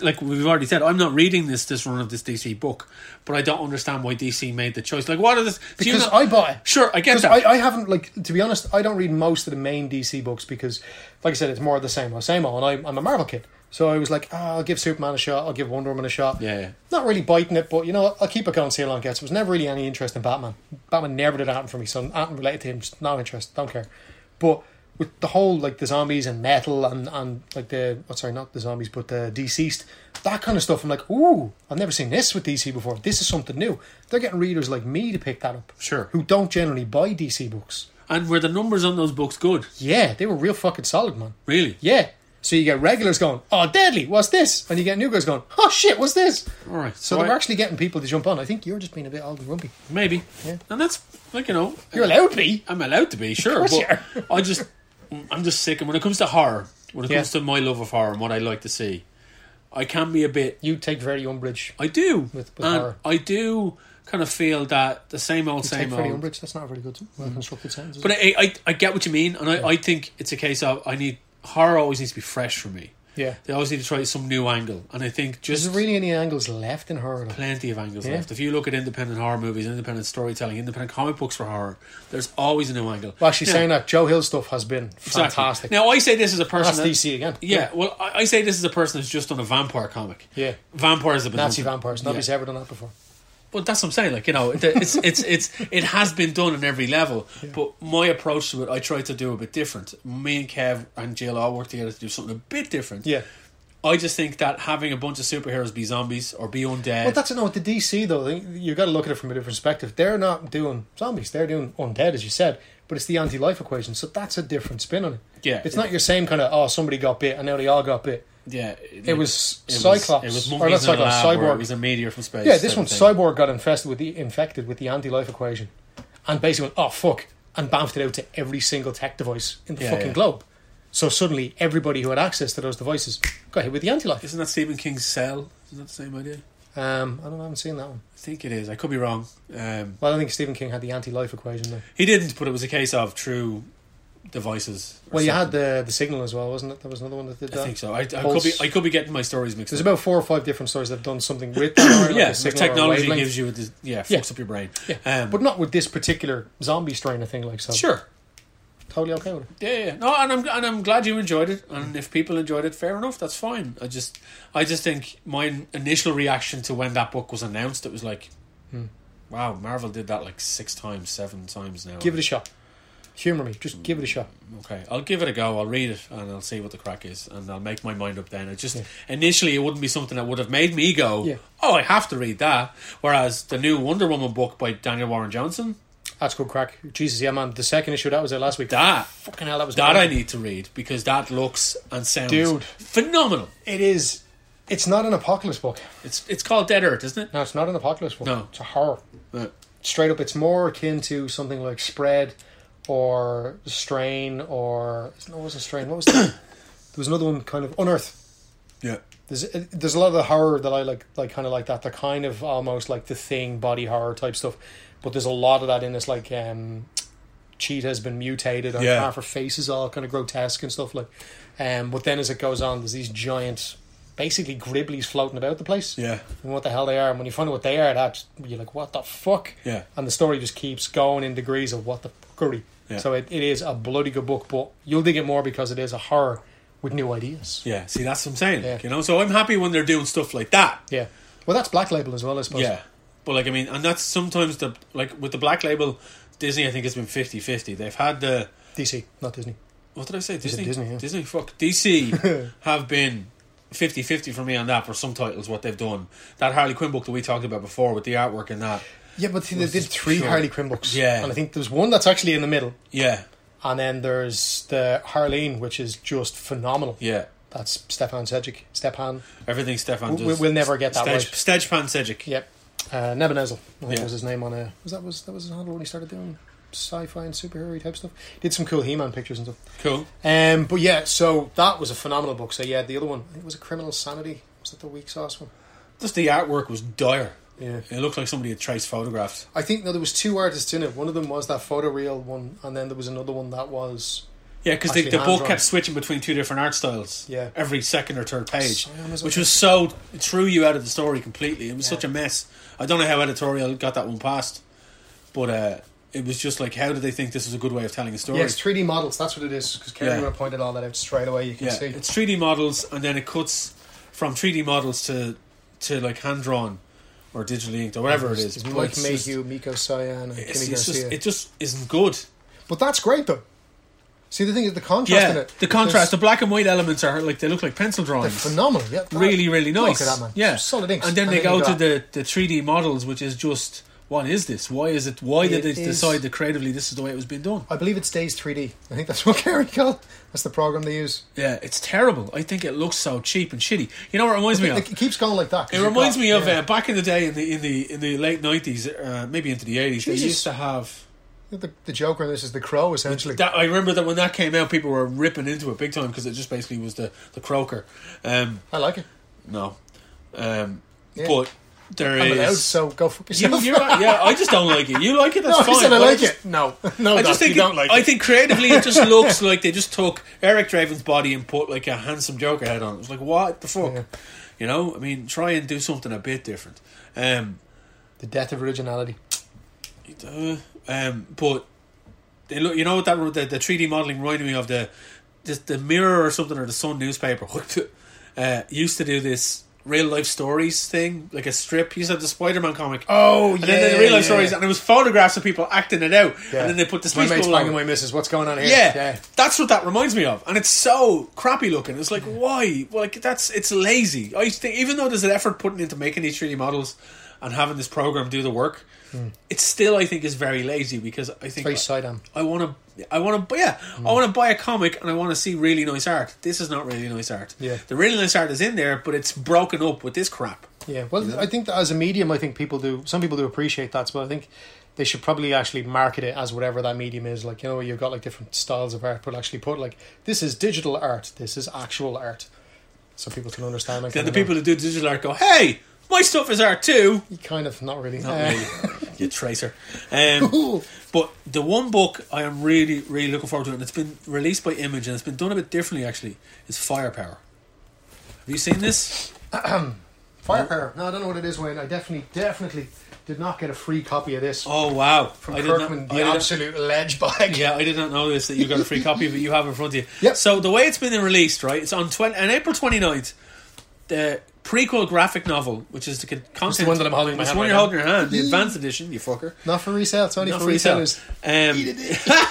Speaker 1: Like we've already said, I'm not reading this this run of this DC book, but I don't understand why DC made the choice. Like, what are this? do you
Speaker 2: Because
Speaker 1: not-
Speaker 2: I bought it.
Speaker 1: Sure, I get that.
Speaker 2: Because I, I haven't like to be honest, I don't read most of the main DC books because, like I said, it's more of the same old, same old. And I, I'm a Marvel kid, so I was like, ah, I'll give Superman a shot, I'll give Wonder Woman a shot.
Speaker 1: Yeah, yeah.
Speaker 2: Not really biting it, but you know, what, I'll keep it going. See how long it gets. There was never really any interest in Batman. Batman never did anything for me, so nothing related to him. Just no interest. Don't care. But with the whole like the zombies and metal and and like the oh, sorry, not the zombies, but the deceased, that kind of stuff. I'm like, ooh, I've never seen this with DC before. This is something new. They're getting readers like me to pick that up
Speaker 1: Sure.
Speaker 2: who don't generally buy DC books.
Speaker 1: and were the numbers on those books good?
Speaker 2: Yeah, they were real fucking solid, man.
Speaker 1: Really?
Speaker 2: Yeah. So you get regulars going, oh, deadly, what's this? And you get new guys going, oh, shit, what's this?
Speaker 1: All right.
Speaker 2: So
Speaker 1: So
Speaker 2: they're
Speaker 1: I-
Speaker 2: actually getting people to jump on. I think you're just being a bit old and grumpy.
Speaker 1: Maybe.
Speaker 2: Yeah.
Speaker 1: And that's like you know,
Speaker 2: You're allowed to be.
Speaker 1: I'm allowed to be sure,
Speaker 2: course
Speaker 1: but
Speaker 2: you are.
Speaker 1: I just I'm just sick. And when it comes to horror, when it
Speaker 2: Yeah.
Speaker 1: comes to my love of horror and what I like to see, I can be a bit.
Speaker 2: You take Freddie Umbridge.
Speaker 1: I do,
Speaker 2: With- with
Speaker 1: and
Speaker 2: horror.
Speaker 1: I do kind of feel that the same old,
Speaker 2: You take
Speaker 1: same
Speaker 2: Freddie
Speaker 1: old. Mm-hmm.
Speaker 2: Umbridge. That's not a very good, well constructed sentence. is
Speaker 1: But
Speaker 2: it?
Speaker 1: I, I, I get what you mean, and I, I think it's a case of I need horror always needs to be fresh for me.
Speaker 2: yeah.
Speaker 1: They always need to try some new angle, and I think
Speaker 2: Is
Speaker 1: just
Speaker 2: there really any angles left in horror? though?
Speaker 1: plenty of angles
Speaker 2: Yeah.
Speaker 1: left. If you look at independent horror movies, independent storytelling, independent comic books for horror, there's always a new angle.
Speaker 2: Well, actually,
Speaker 1: Now-
Speaker 2: saying that Joe Hill stuff has been
Speaker 1: Exactly.
Speaker 2: fantastic.
Speaker 1: Now I say this as a person.
Speaker 2: That's
Speaker 1: that-
Speaker 2: DC again.
Speaker 1: yeah, well, I, I say this as a person who's just done a vampire comic.
Speaker 2: Yeah.
Speaker 1: Vampires have been
Speaker 2: Nazi
Speaker 1: done-
Speaker 2: vampires.
Speaker 1: Yeah.
Speaker 2: Nobody's ever done that before.
Speaker 1: Well, that's what I'm saying. Like you know, it- it's it's it's it has been done on every level. But my approach to it, I try to do a bit different. Me and Kev and Jill all work together to do something a bit different.
Speaker 2: Yeah.
Speaker 1: I just think that having a bunch of superheroes be zombies or be undead.
Speaker 2: But that's no with the DC though. You got to look at it from a different perspective. They're not doing zombies. They're doing undead, as you said. But it's the anti-life equation, so that's a different spin on it.
Speaker 1: Yeah.
Speaker 2: it's not your same kind of oh somebody got bit and now they all got bit.
Speaker 1: yeah,
Speaker 2: It was Cyclops.
Speaker 1: It was
Speaker 2: or not
Speaker 1: monkeys in a
Speaker 2: Cyclops,
Speaker 1: lab, or
Speaker 2: Cyborg.
Speaker 1: It was a meteor from space.
Speaker 2: yeah, this
Speaker 1: type
Speaker 2: one,
Speaker 1: of thing.
Speaker 2: Cyborg got infested with the infected with the anti-life equation, and basically went oh fuck and bamfed it out to every single tech device in the
Speaker 1: Yeah,
Speaker 2: fucking
Speaker 1: yeah.
Speaker 2: globe. So suddenly everybody who had access to those devices got hit with the anti-life.
Speaker 1: Isn't that Stephen King's Cell? Isn't that the same idea?
Speaker 2: Um, I don't. know, I haven't seen that one.
Speaker 1: I think it is. I could be wrong. Um,
Speaker 2: Well, I think Stephen King had the anti-life equation there.
Speaker 1: he didn't, but it was a case of true devices. or
Speaker 2: Well, you had
Speaker 1: something.
Speaker 2: the the signal as well, wasn't it? There was another one that did that.
Speaker 1: I think so. I, I could
Speaker 2: Pulse.
Speaker 1: be. I could be getting my stories mixed.
Speaker 2: There's
Speaker 1: up.
Speaker 2: about four or five different stories that have done something with that, or like
Speaker 1: yeah,
Speaker 2: a
Speaker 1: the
Speaker 2: signal
Speaker 1: technology
Speaker 2: or a
Speaker 1: gives you a, dis- yeah, fucks
Speaker 2: Yeah.
Speaker 1: up your brain.
Speaker 2: Yeah.
Speaker 1: Um,
Speaker 2: but not with this particular zombie strain. I think like so.
Speaker 1: sure.
Speaker 2: totally okay with it.
Speaker 1: Yeah, yeah. No, and I'm and I'm glad you enjoyed it. And if people enjoyed it, fair enough. That's fine. I just I just think my initial reaction to when that book was announced, it was like,
Speaker 2: Hmm.
Speaker 1: wow, Marvel did that like six times, seven times now.
Speaker 2: Give it a shot. Humor me. Just give it a shot.
Speaker 1: Okay, I'll give it a go. I'll read it and I'll see what the crack is, and I'll make my mind up then. It just initially it wouldn't be something that would have made me go,
Speaker 2: Yeah.
Speaker 1: "Oh, I have to read that." Whereas the new Wonder Woman book by Daniel Warren Johnson,
Speaker 2: That's good crack. Jesus, yeah, man. The second issue that was it last week.
Speaker 1: that
Speaker 2: Fucking hell, that was
Speaker 1: that
Speaker 2: good.
Speaker 1: I need to read because that looks and sounds
Speaker 2: Dude.
Speaker 1: phenomenal.
Speaker 2: It is. It's not an apocalypse book.
Speaker 1: It's it's called Dead Earth, isn't it?
Speaker 2: No, it's not an apocalypse book.
Speaker 1: No.
Speaker 2: it's a horror.
Speaker 1: Uh,
Speaker 2: Straight up, it's more akin to something like Spread, or Strain, or no, it wasn't Strain. What was that? there was another one, kind of Unearth.
Speaker 1: yeah,
Speaker 2: there's uh, there's a lot of the horror that I like like kind of like that. They're kind of almost like the thing body horror type stuff, but there's a lot of that in this like um, cheetah has been mutated and
Speaker 1: Yeah.
Speaker 2: half her face is all kind of grotesque and stuff like. Um, but then as it goes on, there's these giant, basically gribblies floating about the place.
Speaker 1: yeah,
Speaker 2: And what the hell they are, and when you find out what they are, that you're like, what the fuck?
Speaker 1: yeah.
Speaker 2: And the story just keeps going in degrees of what the fuckery.
Speaker 1: Yeah.
Speaker 2: So it, it is a bloody good book, but you'll dig it more because it is a horror with new ideas.
Speaker 1: Yeah, see, that's what I'm saying.
Speaker 2: Yeah.
Speaker 1: You know, so I'm happy when they're doing stuff like that.
Speaker 2: Yeah. Well, that's Black Label as well, I suppose.
Speaker 1: Yeah. But like I mean and that's sometimes the like with the black label, Disney I think has been 50-50. They've had the
Speaker 2: DC, not Disney.
Speaker 1: what did I say?
Speaker 2: said
Speaker 1: Disney
Speaker 2: Disney, yeah.
Speaker 1: fuck. DC have been 50-50 for me on that for some titles what they've done. That Harley Quinn book that we talked about before with the artwork and that.
Speaker 2: Yeah, but see, they did
Speaker 1: just
Speaker 2: three
Speaker 1: pure-
Speaker 2: Harley Quinn books.
Speaker 1: Yeah.
Speaker 2: And I think there's one that's actually in the middle.
Speaker 1: Yeah.
Speaker 2: And then there's the Harleen, which is just phenomenal.
Speaker 1: Yeah.
Speaker 2: That's Stefan Sedgwick. Stepan.
Speaker 1: Everything Stefan
Speaker 2: We-
Speaker 1: does.
Speaker 2: we- we'll never get that
Speaker 1: Stej, Pan Sedgwick.
Speaker 2: Yep. Uh, Nebuchadnezzar, I think
Speaker 1: Yeah.
Speaker 2: was his name on a. Was that was that was his handle when he started doing sci-fi and superhero type stuff? Did some cool He-Man pictures and stuff.
Speaker 1: Cool.
Speaker 2: Um, but yeah, so that was a phenomenal book. So yeah, the other one I think was a Criminal Sanity. Was that the weak sauce one?
Speaker 1: Just the artwork was dire.
Speaker 2: Yeah.
Speaker 1: It looked like somebody had traced photographs.
Speaker 2: I think no, there was two artists in it. One of them was that photoreal one, and then there was another one that was
Speaker 1: Yeah, because
Speaker 2: Actually,
Speaker 1: the
Speaker 2: hands
Speaker 1: book
Speaker 2: on.
Speaker 1: kept switching between two different art styles.
Speaker 2: Yeah.
Speaker 1: every second or third page,
Speaker 2: Sorry, I was
Speaker 1: which
Speaker 2: okay.
Speaker 1: was so it threw you out of the story completely. It was such a mess. I don't know how editorial got that one past, but uh, it was just like, how did they think this was a good way of telling a story?
Speaker 2: Yes, 3D models. That's what it is. Because Kerry
Speaker 1: Yeah.
Speaker 2: would have pointed all that out straight away. You can
Speaker 1: yeah,
Speaker 2: see.
Speaker 1: it's three D models, and then it cuts from three D models to to like hand drawn or digitally inked or whatever it is.
Speaker 2: It's
Speaker 1: But
Speaker 2: Mike
Speaker 1: it's just-
Speaker 2: Mayhew, Miko Sayan, and
Speaker 1: it's-
Speaker 2: Kimmy
Speaker 1: it's
Speaker 2: Garcia.
Speaker 1: just, it just isn't good.
Speaker 2: but that's great though. See the thing is the contrast in
Speaker 1: Yeah,
Speaker 2: it.
Speaker 1: the contrast, the
Speaker 2: There's-
Speaker 1: black and white elements are like they look like pencil drawings.
Speaker 2: phenomenal. Yeah, that-
Speaker 1: really really nice.
Speaker 2: Oh, Look at that man.
Speaker 1: Yeah,
Speaker 2: solid inks.
Speaker 1: And then they
Speaker 2: you
Speaker 1: go to
Speaker 2: got-
Speaker 1: the the three D models, which is just what is this? Why is it? Why did
Speaker 2: It
Speaker 1: they
Speaker 2: is-
Speaker 1: decide that creatively this is the way it was being done?
Speaker 2: I believe it's Days 3D. I think that's what Kerry called. That's the program they use.
Speaker 1: Yeah, it's terrible. I think it looks so cheap and shitty. You know what it reminds me
Speaker 2: It,
Speaker 1: of?
Speaker 2: it keeps going like that. 'cause
Speaker 1: It
Speaker 2: you've
Speaker 1: reminds
Speaker 2: got-
Speaker 1: me of
Speaker 2: yeah.
Speaker 1: uh, back in the day in the in the in the late nineties, uh, maybe into the eighties. They
Speaker 2: Jesus.
Speaker 1: used to have
Speaker 2: the, the Joker. and This is the Crow essentially.
Speaker 1: um, that. I remember that when that came out, people were ripping into it big time because it just basically was the the croaker. Um,
Speaker 2: I like it.
Speaker 1: No. Um,
Speaker 2: Yeah.
Speaker 1: But there is.
Speaker 2: I'm allowed, so go fuck
Speaker 1: You,
Speaker 2: yourself.
Speaker 1: you're right, yeah, I just don't like it. You like it, that's
Speaker 2: no,
Speaker 1: fine.
Speaker 2: I said I
Speaker 1: but
Speaker 2: like
Speaker 1: just-
Speaker 2: it. No, no,
Speaker 1: I just
Speaker 2: Doc,
Speaker 1: think
Speaker 2: you don't like
Speaker 1: I
Speaker 2: it.
Speaker 1: think creatively it just looks like they just took Eric Draven's body and put like a handsome Joker head on. it. It's like what the fuck,
Speaker 2: Yeah.
Speaker 1: you know? I mean, try and do something a bit different. Um,
Speaker 2: The death of originality.
Speaker 1: uh, um, but they look, you know what that the the three D modeling reminded me of the just the mirror or something or the Sun newspaper uh, used to do this real life stories thing like a strip. Used to have the Spider Man comic.
Speaker 2: Oh,
Speaker 1: And then the real life stories, and it was photographs of people acting it out, and then they put the
Speaker 2: my
Speaker 1: space
Speaker 2: mate's
Speaker 1: bubble on.
Speaker 2: banging my missus. What's going on here?
Speaker 1: Yeah, that's what that reminds me of, and it's so crappy looking. It's like why? Well, like that's it's lazy. I think even though there's an effort putting into making these 3D models and having this program do the work, it still I think is very lazy because I think
Speaker 2: Hmm. Very Hmm. sidearm.
Speaker 1: I want to, I want to, yeah, I want to buy a comic and I want to see really nice art. This is not really nice art.
Speaker 2: Yeah.
Speaker 1: the really nice art is in there, but it's broken up with this crap.
Speaker 2: Yeah, well, I think that as a medium, I think people do. Some people do appreciate that, but I think they should probably actually market it as whatever that medium is. Like you know, you've got like different styles of art, but actually put like this is digital art, this is actual art, so people can understand. Like
Speaker 1: Then
Speaker 2: kind
Speaker 1: the
Speaker 2: of-
Speaker 1: people who do digital art go, hey, my stuff is art too.
Speaker 2: kind of not really.
Speaker 1: Not
Speaker 2: Uh,
Speaker 1: me, you tracer. Um,
Speaker 2: Ooh.
Speaker 1: but the one book I am really, really looking forward to, and it's been released by Image, and it's been done a bit differently actually, is Firepower. Have you seen this?
Speaker 2: Firepower. No, I don't know what it is, Wayne. I definitely, definitely did not get a free copy of this
Speaker 1: Oh wow!
Speaker 2: from
Speaker 1: I did not-
Speaker 2: Kirkman,
Speaker 1: I
Speaker 2: the
Speaker 1: did not-
Speaker 2: absolute ledge bag.
Speaker 1: yeah, I did not know this that you got a free copy, but you have it in front of you.
Speaker 2: Yep.
Speaker 1: So the way it's been released, right? It's on twen- on April 29th, The prequel graphic novel, which is the con- content,
Speaker 2: the one that I'm holding in my
Speaker 1: it's
Speaker 2: hand
Speaker 1: the one
Speaker 2: right
Speaker 1: you're
Speaker 2: now.
Speaker 1: holding in your hand, the advanced edition, you fucker.
Speaker 2: Not for resale. It's only
Speaker 1: Not
Speaker 2: for,
Speaker 1: for resale.
Speaker 2: resellers.
Speaker 1: Um,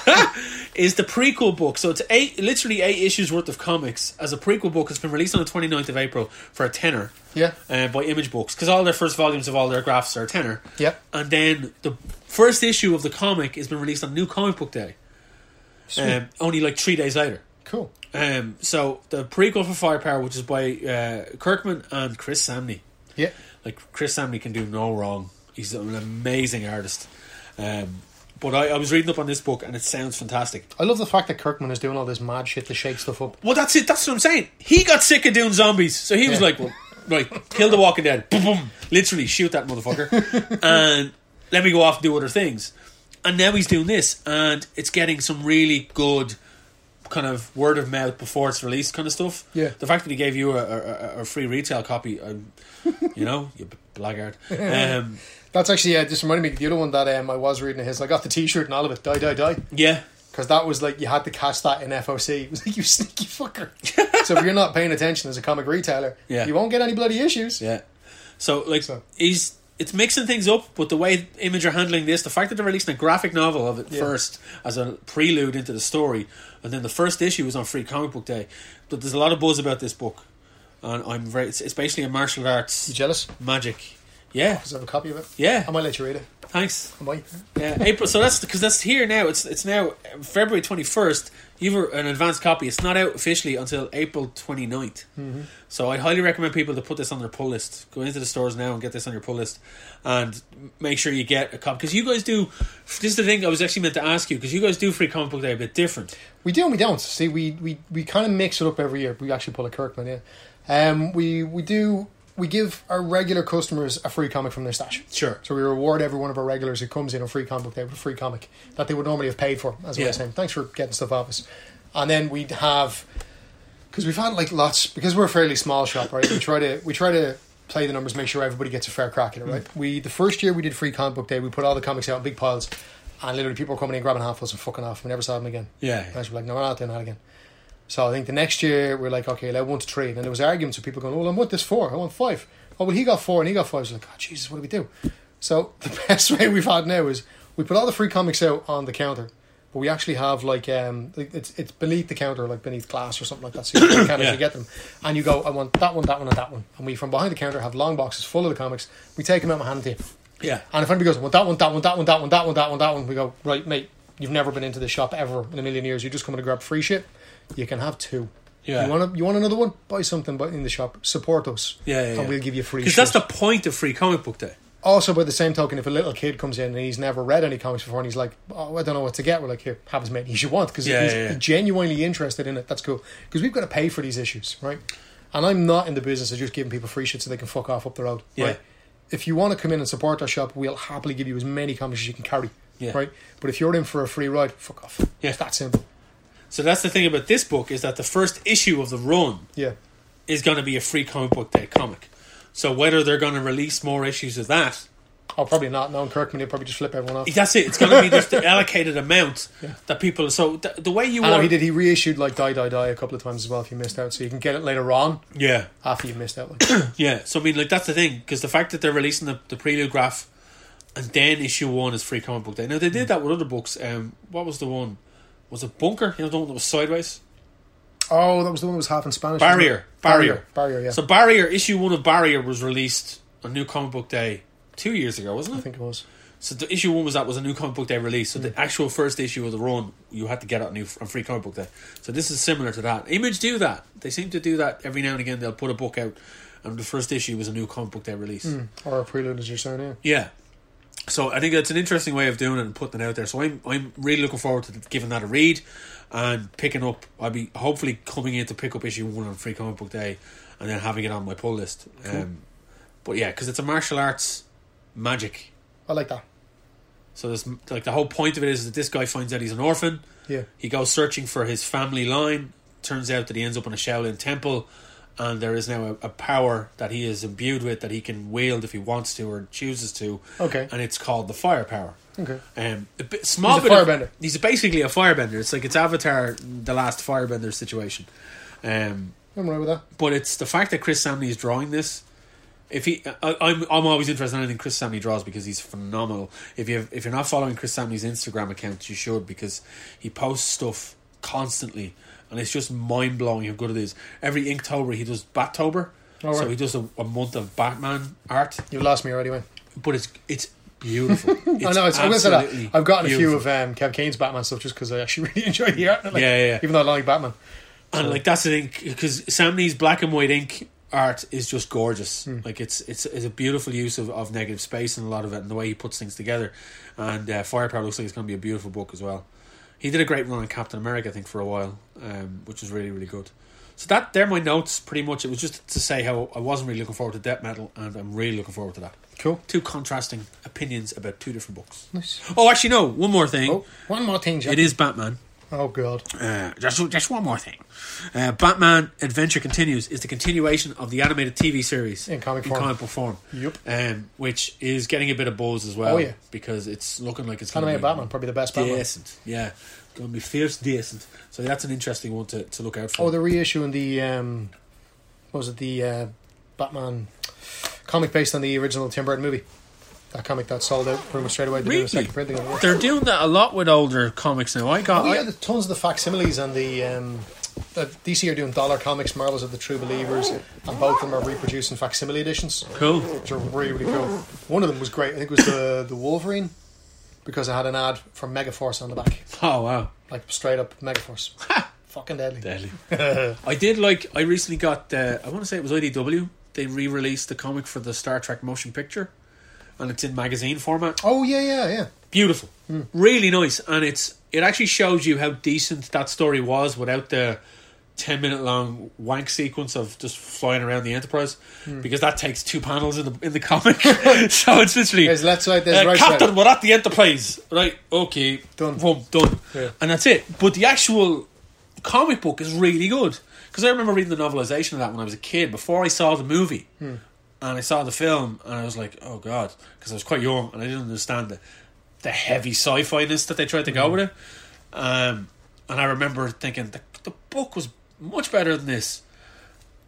Speaker 1: is the prequel book. So it's eight, literally eight issues worth of comics as a prequel book. It's been released on the 29th of April for a tenner
Speaker 2: Yeah.
Speaker 1: uh, by Image Books because all their first volumes of all their graphs are a tenner.
Speaker 2: Yep.
Speaker 1: And then the first issue of the comic has been released on New Comic Book Day, um, only like three days later.
Speaker 2: Cool.
Speaker 1: Um, so the prequel for Firepower, which is by uh, Kirkman and Chris Samney
Speaker 2: Yeah.
Speaker 1: like Chris Samney can do no wrong. He's an amazing artist. Um, but I, I was reading up on this book and it sounds fantastic.
Speaker 2: I love the fact that Kirkman is doing all this mad shit to shake stuff up.
Speaker 1: Well, that's it. That's what I'm saying. He got sick of doing zombies, so he was
Speaker 2: Yeah.
Speaker 1: like, well, "Right, kill the Walking Dead, boom, boom, literally shoot that motherfucker, and let me go off and do other things." And now he's doing this, and it's getting some really good kind of word of mouth before it's released kind of stuff.
Speaker 2: Yeah.
Speaker 1: the fact that he gave you a, a, a- a free retail copy, um, you know, you blackguard. Um,
Speaker 2: That's actually yeah. Just reminded me of the other one that um, I was reading of his. I got the T-shirt and all of it. Die, die, die.
Speaker 1: yeah,
Speaker 2: Because that was like you had to catch that in FOC. It was like you sneaky fucker. so if you're not paying attention as a comic retailer,
Speaker 1: Yeah.
Speaker 2: you won't get any bloody issues.
Speaker 1: Yeah. So like
Speaker 2: So-
Speaker 1: he's it's mixing things up, but the way Image are handling this, the fact that they're releasing a graphic novel of it
Speaker 2: Yeah.
Speaker 1: first as a prelude into the story, and then the first issue was on Free Comic Book Day. But there's a lot of buzz about this book, and I'm very. It's, it's basically a martial
Speaker 2: You
Speaker 1: arts
Speaker 2: jealous?
Speaker 1: magic. Yeah,
Speaker 2: Because I have a copy of it.
Speaker 1: yeah.
Speaker 2: I might let you read it.
Speaker 1: Thanks.
Speaker 2: I might.
Speaker 1: Yeah, April. So that's because that's here now. It's it's now um, February twenty first. You've an advanced copy. It's not out officially until April 29th. ninth. So I highly recommend people to put this on their pull list. Go into the stores now and get this on your pull list, and make sure you get a copy because you guys do. This is the thing I was actually meant to ask you because you guys do free comic book day a bit different.
Speaker 2: We do and we don't. See, we, we, we kind of mix it up every year. We actually pull a Kirkman in. Um, we we do we give our regular customers a free comic from their stash.
Speaker 1: Sure.
Speaker 2: So we reward every one of our regulars who comes in on free comic day with a free comic that they would normally have paid for. As we
Speaker 1: Yeah.
Speaker 2: were saying, thanks for getting stuff off us. And then we'd have because we've had like lots because we're a fairly small shop, right? We try to we try to play the numbers, make sure everybody gets a fair crack at it,
Speaker 1: Mm.
Speaker 2: right? We the first year we did free comic book day, we put all the comics out in big piles, and literally people were coming in grabbing handfuls and fucking off. We never saw them again. And I
Speaker 1: Yeah,
Speaker 2: was like, no, we're not doing that again. So I think the next year we're like, okay, allow one to three. And then there was arguments of people going, well, I want this four, I want five. Oh, well, he got four and he got five. I was like, oh, Jesus, what do we do? So the best way we've had now is we put all the free comics out on the counter, but we actually have like um, like, it's it's beneath the counter, like beneath glass or something like that. So you can actually
Speaker 1: Yeah.
Speaker 2: get them, and you go, I want that one, that one, and that one. And we from behind the counter have long boxes full of the comics. We take them out and hand them to you.
Speaker 1: yeah.
Speaker 2: And if anybody goes, well, that one, that one, that one, that one, that one, that one, that one, we go, right, mate, you've never been into this shop ever in a million years. You're just coming to grab free shit. You can have two.
Speaker 1: Yeah.
Speaker 2: You want to, you want another one? Buy something bu- in the shop. Support us.
Speaker 1: Yeah, yeah,
Speaker 2: And
Speaker 1: yeah.
Speaker 2: we'll give you free
Speaker 1: Because
Speaker 2: shit.
Speaker 1: that's the point of free comic book day.
Speaker 2: also, by the same token, if a little kid comes in and he's never read any comics before and he's like, oh, I don't know what to get, we're like, here, have as many as you want. Because
Speaker 1: Yeah,
Speaker 2: if he's
Speaker 1: yeah, yeah.
Speaker 2: genuinely interested in it, that's cool. Because we've got to pay for these issues, right? And I'm not in the business of just giving people free shit so they can fuck off up the road.
Speaker 1: Yeah.
Speaker 2: Right? If you want to come in and support our shop, we'll happily give you as many comics as you can carry.
Speaker 1: Yeah.
Speaker 2: Right? But if you're in for a free ride, fuck off.
Speaker 1: Yeah.
Speaker 2: It's that simple.
Speaker 1: So that's the thing about this book is that the first issue of the run
Speaker 2: Yeah.
Speaker 1: is going to be a free comic book day comic. So whether they're going to release more issues of that,
Speaker 2: Oh, probably not. No, in Kirkman, they'll probably just flip everyone off.
Speaker 1: that's it. It's going to be just the allocated amount that people. So th- the way you
Speaker 2: I know
Speaker 1: want,
Speaker 2: he did. He reissued like Die Die Die a couple of times as well if you missed out. So you can get it later on
Speaker 1: yeah,
Speaker 2: after you missed out. Like,
Speaker 1: yeah. So I mean, like that's the thing because the fact that they're releasing the, the prelude graph and then issue one is free comic book day. Now they
Speaker 2: Mm.
Speaker 1: did that with other books. Um, what was the one? Was it Bunker? You know the one that was sideways.
Speaker 2: oh, that was the one that was half in Spanish. wasn't it?
Speaker 1: Barrier. Barrier.
Speaker 2: Barrier, yeah.
Speaker 1: So Barrier issue one of Barrier was released on New Comic Book Day two years ago, wasn't
Speaker 2: I
Speaker 1: it?
Speaker 2: think it was.
Speaker 1: So the issue one was that was a New Comic Book Day release. So the actual first issue of the run you had to get it on, new, on Free Comic Book Day. So this is similar to that. Image do that. They seem to do that every now and again. They'll put a book out, and the first issue was a New Comic Book Day release.
Speaker 2: Or a prelude, as you're saying, yeah.
Speaker 1: Yeah. So I think that's an interesting way of doing it and putting it out there. So I'm I'm really looking forward to giving that a read and picking up. I'll be hopefully coming in to pick up issue one on Free Comic Book Day and then having it on my pull list. Um, but yeah, because it's a martial arts magic.
Speaker 2: I like that.
Speaker 1: So there's like the whole point of it is that this guy finds out he's an orphan.
Speaker 2: Yeah.
Speaker 1: He goes searching for his family line. Turns out that he ends up in a Shaolin temple, and there is now a, a power that he is imbued with that he can wield if he wants to or chooses to.
Speaker 2: Okay.
Speaker 1: And it's called the firepower.
Speaker 2: Okay.
Speaker 1: Um, a bit, small
Speaker 2: He's a
Speaker 1: bit of-
Speaker 2: firebender.
Speaker 1: he's basically a firebender. It's like it's Avatar, the last firebender situation. Um,
Speaker 2: I'm right with that.
Speaker 1: but it's the fact that Chris Samney is drawing this. If he, I, I'm, I'm always interested in anything Chris Samney draws because he's phenomenal. If you, if you're not following Chris Samney's Instagram account, you should because he posts stuff constantly, and it's just mind blowing how good it is. Every Inktober he does Battober,
Speaker 2: All
Speaker 1: so
Speaker 2: Oh, right.
Speaker 1: he does a, a month of Batman art,
Speaker 2: You've lost me already, anyway.
Speaker 1: but it's it's beautiful. It's
Speaker 2: I know. It's, I'm going to say
Speaker 1: absolutely
Speaker 2: that. I've gotten
Speaker 1: beautiful.
Speaker 2: a few of um, Kev Kane's Batman stuff just because I actually really enjoy the art. in it, Like,
Speaker 1: Yeah, yeah, yeah.
Speaker 2: Even though I don't like Batman.
Speaker 1: and like that's the thing because Samney's black and white ink art is just gorgeous. Like it's it's it's a beautiful use of, of negative space and a lot of it and the way he puts things together. And uh, Firepower looks like it's going to be a beautiful book as well. He did a great run on Captain America, I think, for a while, um, which was really really good. So that they're my notes pretty much. It was just to say how I wasn't really looking forward to Death Metal, and I'm really looking forward to that.
Speaker 2: Cool.
Speaker 1: Two contrasting opinions about two different books.
Speaker 2: Nice.
Speaker 1: Oh, actually, no. One more thing.
Speaker 2: Oh, one more thing, Jack.
Speaker 1: It is Batman.
Speaker 2: Oh, God.
Speaker 1: Uh, just, just one more thing. Uh, Batman Adventure Continues is the continuation of the animated TV series
Speaker 2: In comic form.
Speaker 1: comic book form.
Speaker 2: Yep.
Speaker 1: Um, which is getting a bit of buzz as well.
Speaker 2: Oh, yeah.
Speaker 1: Because it's looking like it's gonna
Speaker 2: Animated
Speaker 1: be
Speaker 2: Batman, probably the best Batman.
Speaker 1: Decent. Yeah. Going to be fierce decent. So that's an interesting one to, to look out for.
Speaker 2: Oh, they're reissuing the um, what was it the uh, Batman comic based on the original Tim Burton movie. That comic that sold out pretty much straight away. They did a
Speaker 1: Really?
Speaker 2: second printing of it.
Speaker 1: They're doing that a lot with older comics now. I got.
Speaker 2: Oh
Speaker 1: I-
Speaker 2: yeah, the tons of the facsimiles and the um, uh, DC are doing dollar comics, Marvels of the True Believers, and both of them are reproducing facsimile editions,
Speaker 1: cool.
Speaker 2: which are really really cool. One of them was great. I think it was the the Wolverine because it had an ad from Megaforce on the back,
Speaker 1: Oh, wow.
Speaker 2: like straight up Megaforce. Fucking deadly.
Speaker 1: Deadly. I did like. I recently got the. I want to say it was IDW. They re-released the comic for the Star Trek motion picture, and it's in magazine format.
Speaker 2: Oh yeah, yeah, yeah.
Speaker 1: beautiful, really nice, and it's it actually shows you how decent that story was without the ten minute long wank sequence of just flying around the Enterprise, because that takes two panels in the in the comic, so it's literally
Speaker 2: There's left side, there's
Speaker 1: uh,
Speaker 2: right
Speaker 1: Captain,
Speaker 2: side.
Speaker 1: we're at the Enterprise, right? Okay,
Speaker 2: Done.
Speaker 1: boom, done,
Speaker 2: Yeah.
Speaker 1: and that's it. But the actual comic book is really good because I remember reading the novelization of that when I was a kid before I saw the movie
Speaker 2: Hmm.
Speaker 1: and I saw the film and I was like, oh god, because I was quite young and I didn't understand the the heavy sci-fi ness that they tried to go
Speaker 2: Hmm.
Speaker 1: with it. Um, and I remember thinking the the book was much better than this.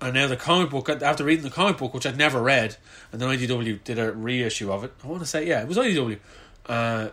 Speaker 1: And now the comic book after reading the comic book, which I'd never read, and then IDW did a reissue of it. I want to say yeah, it was IDW. Uh,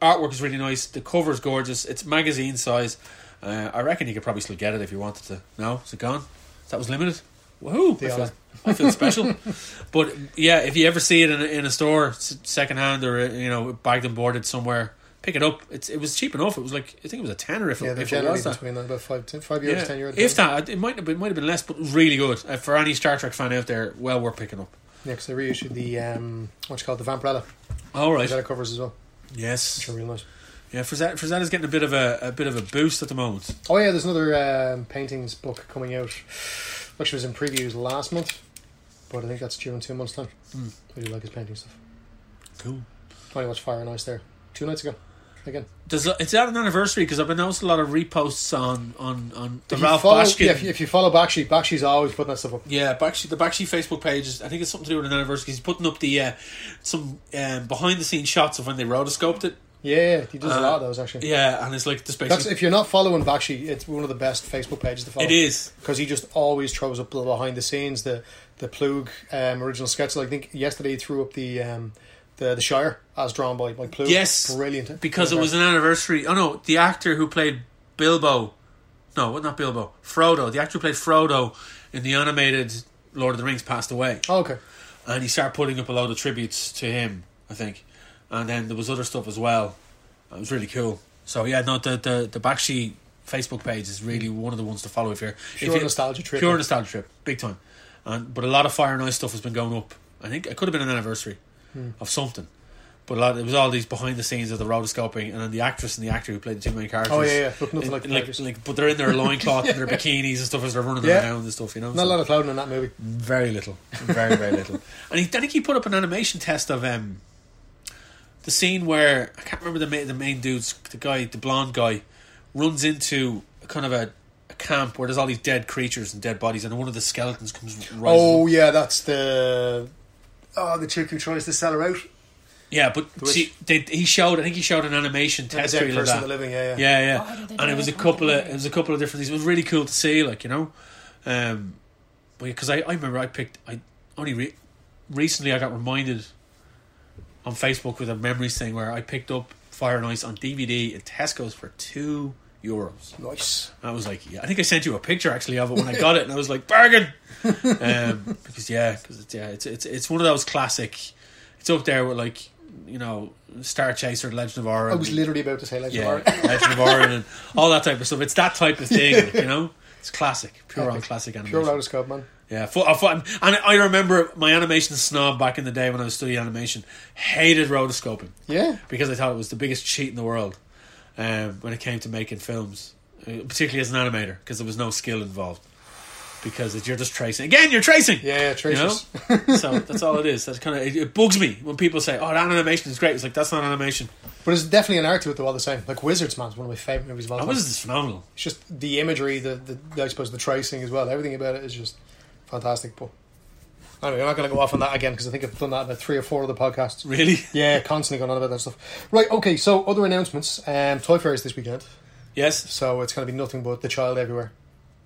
Speaker 1: artwork is really nice. The cover is gorgeous. It's magazine size. Uh, I reckon you could probably still get it if you wanted to. No, is it gone? That was limited. Woohoo! I feel,
Speaker 2: are.
Speaker 1: I feel special. But yeah, if you ever see it in a, in a store, s- secondhand or uh, you know bagged and boarded somewhere, pick it up. It's it was cheap enough. It was like I think it was a tenner if,
Speaker 2: Yeah,
Speaker 1: it
Speaker 2: they're
Speaker 1: if it was
Speaker 2: generally
Speaker 1: that.
Speaker 2: between like about five, ten, five years,
Speaker 1: Yeah.
Speaker 2: ten years.
Speaker 1: If that, it might have been, might have been less, but really good uh, for any Star Trek fan out there. Well worth picking up.
Speaker 2: Yeah, 'cause they reissued the um, what's it called the Vampirella.
Speaker 1: All right.
Speaker 2: That covers as well.
Speaker 1: Yes.
Speaker 2: Sure, real nice.
Speaker 1: Yeah. Frazetta, Frazetta's getting a bit of a, a bit of a boost at the moment.
Speaker 2: Oh yeah, there's another um, paintings book coming out. which was in previews last month, but I think that's due in two months' time.
Speaker 1: Hmm.
Speaker 2: I do like his painting stuff.
Speaker 1: Cool.
Speaker 2: I watched Fire and Ice there two nights ago. Again,
Speaker 1: Does uh, it's at an anniversary because I've been noticing a lot of reposts on on on the
Speaker 2: If you
Speaker 1: Ralph
Speaker 2: follow,
Speaker 1: Bashkin.
Speaker 2: Yeah, if, you, if you follow Bakshi, Bakshi's always putting that stuff up.
Speaker 1: Yeah, Bakshi, the Bakshi Facebook page is. I think it's something to do with an anniversary. He's putting up the uh, some um, behind the scenes shots of when they rotoscoped it.
Speaker 2: Yeah, he does a lot of those actually.
Speaker 1: Uh, Yeah, and it's like the space.
Speaker 2: That's if you're not following Bakshi, it's one of the best Facebook pages to follow.
Speaker 1: It is.
Speaker 2: because he just always throws up the behind the scenes, the the Plug um, original sketch. Like, I think yesterday he threw up the um, the the Shire as drawn by Mike Plug.
Speaker 1: Yes,
Speaker 2: brilliant.
Speaker 1: because it was an anniversary. Oh no, the actor who played Bilbo, no, not Bilbo, Frodo. The actor who played Frodo in the animated Lord of the Rings passed away,
Speaker 2: Oh, okay.
Speaker 1: and he started putting up a load of tributes to him. I think, and then there was other stuff as well. It was really cool. So yeah, no, the the the Bakshi Facebook page is really one of the ones to follow if you're
Speaker 2: Pure
Speaker 1: if you-
Speaker 2: nostalgia trip.
Speaker 1: pure nostalgia trip, big time. And but a lot of fire and ice stuff has been going up. I think it could have been an anniversary
Speaker 2: Hmm.
Speaker 1: of something, but a lot it was all these behind the scenes of the rotoscoping and then the actress and the actor who played the two main characters.
Speaker 2: Oh, yeah, yeah. Look, nothing
Speaker 1: In-
Speaker 2: like the
Speaker 1: like,
Speaker 2: characters.
Speaker 1: like, but they're in their loincloth and their bikinis and stuff as they're running
Speaker 2: Yeah.
Speaker 1: around and stuff. You know,
Speaker 2: Not
Speaker 1: so
Speaker 2: a lot of clown in that movie.
Speaker 1: very little, very very little. And he, I think he put up an animation test of um, the scene where I can't remember the main, the main dude's the guy, the blonde guy, runs into a kind of a, a camp where there's all these dead creatures and dead bodies, and one of the skeletons comes rising.
Speaker 2: Oh
Speaker 1: up.
Speaker 2: yeah, that's the oh the chick who tries to sell her out.
Speaker 1: yeah, but
Speaker 2: witch.
Speaker 1: see, they, he showed. I think he showed an animation
Speaker 2: The
Speaker 1: test
Speaker 2: dead
Speaker 1: reel of
Speaker 2: person
Speaker 1: that.
Speaker 2: living. Yeah, yeah.
Speaker 1: Yeah,
Speaker 3: Oh,
Speaker 1: yeah.
Speaker 3: did they
Speaker 1: and
Speaker 3: do
Speaker 1: it was a
Speaker 3: it? Oh,
Speaker 1: couple of
Speaker 3: yeah.
Speaker 1: it was a couple of different things. It was really cool to see, like you know, um, because I, I remember I picked I only re- recently I got reminded on Facebook with a memories thing where I picked up Fire and Ice on DVD at Tesco's for two euros.
Speaker 2: Nice.
Speaker 1: I was like, yeah, I think I sent you a picture actually of it when I got it, and I was like, bargain, um, because yeah, because it's, yeah, it's it's it's one of those classic. It's up there with like you know Star Chaser, Legend of Aura.
Speaker 2: I was literally about to say like
Speaker 1: Yeah, Legend of Arwen and all that type of stuff. It's that type of thing, you know. It's classic, pure on
Speaker 2: Epic.
Speaker 1: classic animation.
Speaker 2: Pure rotoscope man.
Speaker 1: yeah, fu- I fu- and I remember my animation snob back in the day when I was studying animation hated rotoscoping
Speaker 2: Yeah.
Speaker 1: because I thought it was the biggest cheat in the world um, when it came to making films, uh, particularly as an animator, because there was no skill involved. Because it, you're just tracing again, you're tracing.
Speaker 2: Yeah,
Speaker 1: You know?
Speaker 2: tracers.
Speaker 1: so that's all it is. That's kind of it, it bugs me when people say, "Oh, that animation is great." It's like that's not animation.
Speaker 2: But there's definitely an art to it though all the same. Like Wizards Man's one of my favourite movies of all
Speaker 1: Oh,
Speaker 2: time.
Speaker 1: this is phenomenal.
Speaker 2: It's just the imagery, the, the, the- I suppose the tracing as well. Everything about it is just fantastic. But anyway, I'm not going to go off on that again because I think I've done that about three or four other podcasts.
Speaker 1: Really?
Speaker 2: Yeah, constantly going on about that stuff. Right, okay, so other announcements. Um, Toy Fair is this weekend,
Speaker 1: Yes.
Speaker 2: so it's going to be nothing but The Child Everywhere.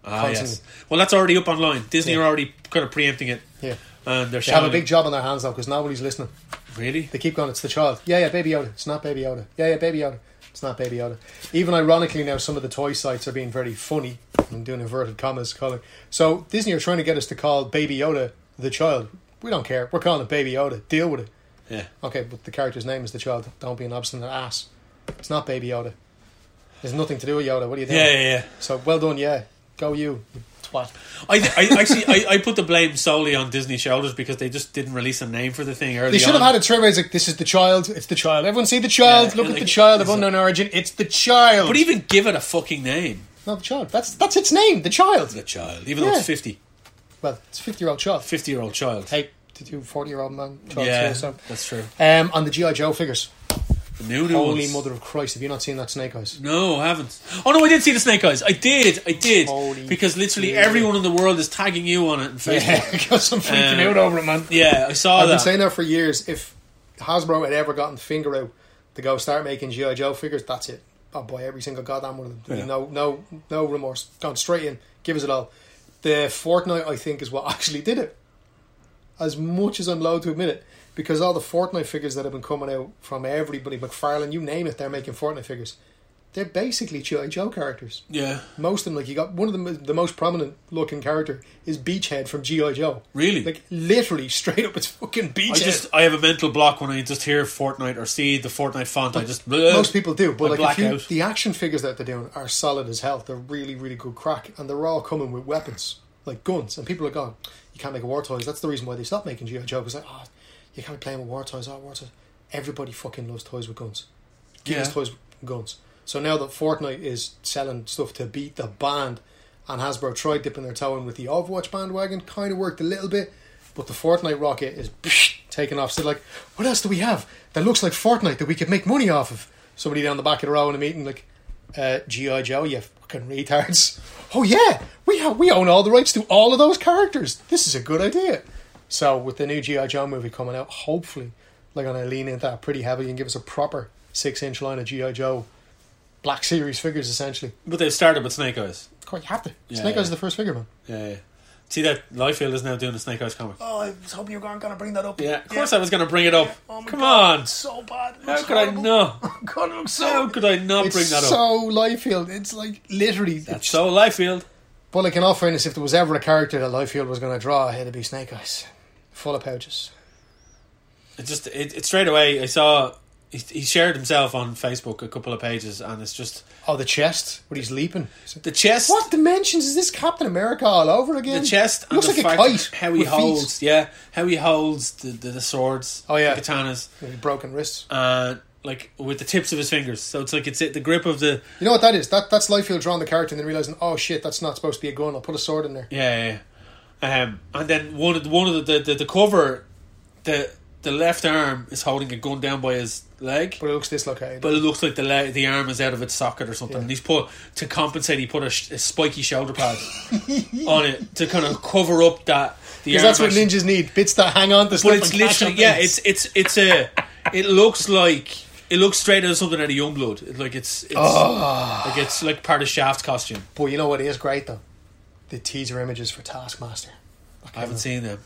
Speaker 1: Ah, yes.
Speaker 2: constantly.
Speaker 1: Well, that's already up online. Disney
Speaker 2: Yeah.
Speaker 1: are already kind of preempting it,
Speaker 2: Yeah.
Speaker 1: and they're
Speaker 2: They have a
Speaker 1: shouting.
Speaker 2: big job on their hands though because nobody's listening.
Speaker 1: really?
Speaker 2: They keep going, it's the child. Yeah, yeah, Baby Yoda. It's not Baby Yoda. Yeah, yeah, Baby Yoda. It's not Baby Yoda. Even ironically, now some of the toy sites are being very funny and doing inverted commas calling. So Disney are trying to get us to call Baby Yoda the child. We don't care. We're calling it Baby Yoda. Deal with it.
Speaker 1: Yeah.
Speaker 2: Okay, but the character's name is the child. Don't be an obstinate ass. It's not Baby Yoda. There's nothing to do with Yoda. What are you doing?
Speaker 1: Yeah, yeah, yeah.
Speaker 2: So well done, yeah. Go you, you twat.
Speaker 1: I, I actually, I, I put the blame solely on Disney's shoulders because they just didn't release a name for the thing early.
Speaker 2: They should
Speaker 1: on.
Speaker 2: have had a trim where it's like, this is the child, it's the child. Everyone see the child,
Speaker 1: Yeah,
Speaker 2: look at
Speaker 1: like-
Speaker 2: the child of unknown origin, it's the child.
Speaker 1: But even give it a fucking name,
Speaker 2: Not the child. That's that's its name, the child.
Speaker 1: the child. Even though
Speaker 2: Yeah.
Speaker 1: it's 50,
Speaker 2: Well, it's a 50 year old child.
Speaker 1: 50 year old child.
Speaker 2: Hey, to do 40 year old man. Child
Speaker 1: yeah,
Speaker 2: too, so.
Speaker 1: that's true.
Speaker 2: Um, on the G.I. Joe figures.
Speaker 1: The new new
Speaker 2: Holy
Speaker 1: ones.
Speaker 2: mother of Christ, have you not seen that Snake Eyes?
Speaker 1: No, I haven't. Oh no, I did see the Snake Eyes. I did, I did.
Speaker 2: Holy
Speaker 1: because literally
Speaker 2: shit.
Speaker 1: everyone in the world is tagging you on it on Facebook.
Speaker 2: Yeah, because I'm freaking
Speaker 1: Um,
Speaker 2: out over it, man.
Speaker 1: Yeah, I saw
Speaker 2: I've
Speaker 1: that.
Speaker 2: been saying that for years. If Hasbro had ever gotten the finger out to go start making G.I. Joe figures, that's it. I'll buy every single goddamn one of them.
Speaker 1: Yeah.
Speaker 2: No, no, no remorse. Gone straight in. Give us it all. The Fortnite, I think, is what actually did it. As much as I'm loath to admit it, because all the Fortnite figures that have been coming out from everybody, McFarlane, you name it, they're making Fortnite figures. They're basically G.I. Joe characters.
Speaker 1: yeah,
Speaker 2: Most of them, like you got one of them, the most prominent looking character is Beachhead from G.I. Joe.
Speaker 1: really.
Speaker 2: Like literally straight up, it's fucking beach.
Speaker 1: I just I have a mental block when I just hear Fortnite or see the Fortnite font. I just
Speaker 2: most people do,
Speaker 1: I
Speaker 2: but like
Speaker 1: black
Speaker 2: if you,
Speaker 1: out.
Speaker 2: the action figures that they're doing are solid as hell. They're really, really good crack, and they're all coming with weapons like guns. And people are going, "You can't make war toys." That's the reason why they stopped making GI Joe. Because like, oh, you can't be playing with war toys. Oh, war toys. Everybody fucking loves toys with guns. Give
Speaker 1: Yeah.
Speaker 2: us toys with guns. So now that Fortnite is selling stuff to beat the band, and Hasbro tried dipping their toe in with the Overwatch bandwagon. Kind of worked a little bit, but the Fortnite rocket is taken off. So, like, what else do we have that looks like Fortnite that we could make money off of? Somebody down the back of the row in a meeting, like, uh, G.I. Joe, you fucking retards. Oh, yeah, we, have, we own all the rights to all of those characters. This is a good idea. So, with the new G.I. Joe movie coming out, hopefully, they're going to lean into that pretty heavily and give us a proper six inch line of G.I. Joe Black Series figures, essentially.
Speaker 1: But they've started with Snake Eyes.
Speaker 2: God, you have to.
Speaker 1: Yeah,
Speaker 2: Snake Eyes
Speaker 1: yeah.
Speaker 2: is the first figure, man.
Speaker 1: Yeah. yeah. See that Liefeld is now doing a Snake Eyes comic.
Speaker 3: Oh, I was hoping you were going to bring that up.
Speaker 1: Yeah, of course I was going to bring it up.
Speaker 3: Oh my
Speaker 1: Come
Speaker 3: God,
Speaker 1: on.
Speaker 3: it's so bad. It
Speaker 1: How
Speaker 3: looks
Speaker 1: could I
Speaker 3: horrible.
Speaker 1: not?
Speaker 3: God, it looks so.
Speaker 1: How could I not
Speaker 2: It's
Speaker 1: bring that up?
Speaker 2: so Liefeld. It's like literally.
Speaker 1: That's so Liefeld.
Speaker 2: But like in all fairness, if there was ever a character that Liefeld was going to draw, it'd be Snake Eyes, full of pouches.
Speaker 1: It just it, it straight away. I saw he, he shared himself on Facebook a couple of pages, and it's just
Speaker 2: Oh, the chest, but he's leaping.
Speaker 1: the chest.
Speaker 2: What dimensions is this Captain America all over again?
Speaker 1: The chest and
Speaker 2: looks
Speaker 1: the
Speaker 2: like a
Speaker 1: fact
Speaker 2: kite.
Speaker 1: how he
Speaker 2: with feet.
Speaker 1: holds, yeah, how he holds the, the, the swords,
Speaker 2: Oh, yeah.
Speaker 1: the katanas,
Speaker 2: Maybe broken wrists.
Speaker 1: uh, like with the tips of his fingers. So it's like it's it, the grip of the
Speaker 2: You know what that is? That that's Liefeld drawing the character and then realizing, oh shit, that's not supposed to be a gun. I'll put a sword in there.
Speaker 1: yeah, yeah, yeah. Um, and then one of the, one of the, the, the cover, the the left arm is holding a gun down by his leg,
Speaker 2: But it looks dislocated.
Speaker 1: but it looks like the le- the arm is out of its socket or something.
Speaker 2: Yeah.
Speaker 1: And he's put to compensate. He put a, sh- a spiky shoulder pad on it to kind of cover up that the
Speaker 2: because
Speaker 1: arm.
Speaker 2: that's what
Speaker 1: actually-
Speaker 2: ninjas need bits that hang on to stuff.
Speaker 1: but it's
Speaker 2: and catch
Speaker 1: literally
Speaker 2: on
Speaker 1: yeah.
Speaker 2: things.
Speaker 1: It's it's it's a. It looks like it looks straight out of something out of Youngblood. It, like it's it's
Speaker 2: Ah.
Speaker 1: like it's like part of Shaft costume.
Speaker 2: But you know what is great though? The teaser images for Taskmaster.
Speaker 1: I haven't seen them.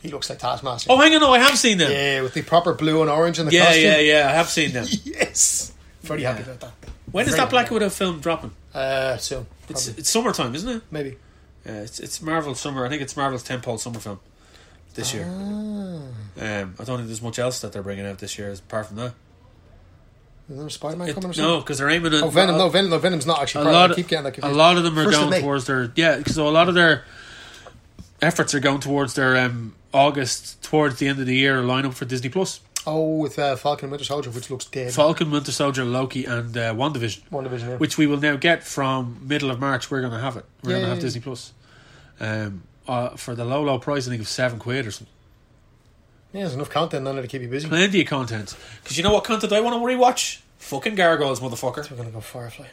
Speaker 2: He looks like Taskmaster.
Speaker 1: Oh, hang on, no, I have seen them. Yeah,
Speaker 2: yeah, with the proper blue and orange in the
Speaker 1: yeah,
Speaker 2: costume.
Speaker 1: yeah, I have seen them.
Speaker 2: Yes. Very happy about that.
Speaker 1: When is
Speaker 2: Very
Speaker 1: that Black Widow film dropping?
Speaker 2: Uh, soon.
Speaker 1: It's
Speaker 2: probably.
Speaker 1: it's summertime, isn't it?
Speaker 2: maybe.
Speaker 1: Yeah, it's it's Marvel summer. I think it's Marvel's tentpole summer film this year.
Speaker 2: Ah.
Speaker 1: Um, I don't think there's much else that they're bringing out this year apart from that.
Speaker 2: Is there Spider Man
Speaker 1: It,
Speaker 2: coming or something?
Speaker 1: no, because they're aiming at
Speaker 2: Oh, Venom, no, Venom, no, Venom's not
Speaker 1: a
Speaker 2: actually. part of it.
Speaker 1: lot.
Speaker 2: I keep getting that
Speaker 1: a
Speaker 2: confused.
Speaker 1: lot of them are
Speaker 2: First of
Speaker 1: going
Speaker 2: May.
Speaker 1: towards their yeah. So a lot of their efforts are going towards their um, August towards the end of the year lineup for Disney Plus.
Speaker 2: Oh, with uh, Falcon and Winter Soldier, which looks dead.
Speaker 1: Falcon, Winter Soldier, Loki, and uh, WandaVision,
Speaker 2: WandaVision, yeah.
Speaker 1: which we will now get from middle of March. We're going to have it. We're going to have
Speaker 2: Yay.
Speaker 1: Disney Plus. Um, uh, for the low, low price, I think of seven quid or something.
Speaker 2: Yeah, there's enough content on it to keep you busy.
Speaker 1: Plenty of content. Because you know what content I want to rewatch? Fucking Gargoyles, motherfucker.
Speaker 2: We're gonna go Firefly.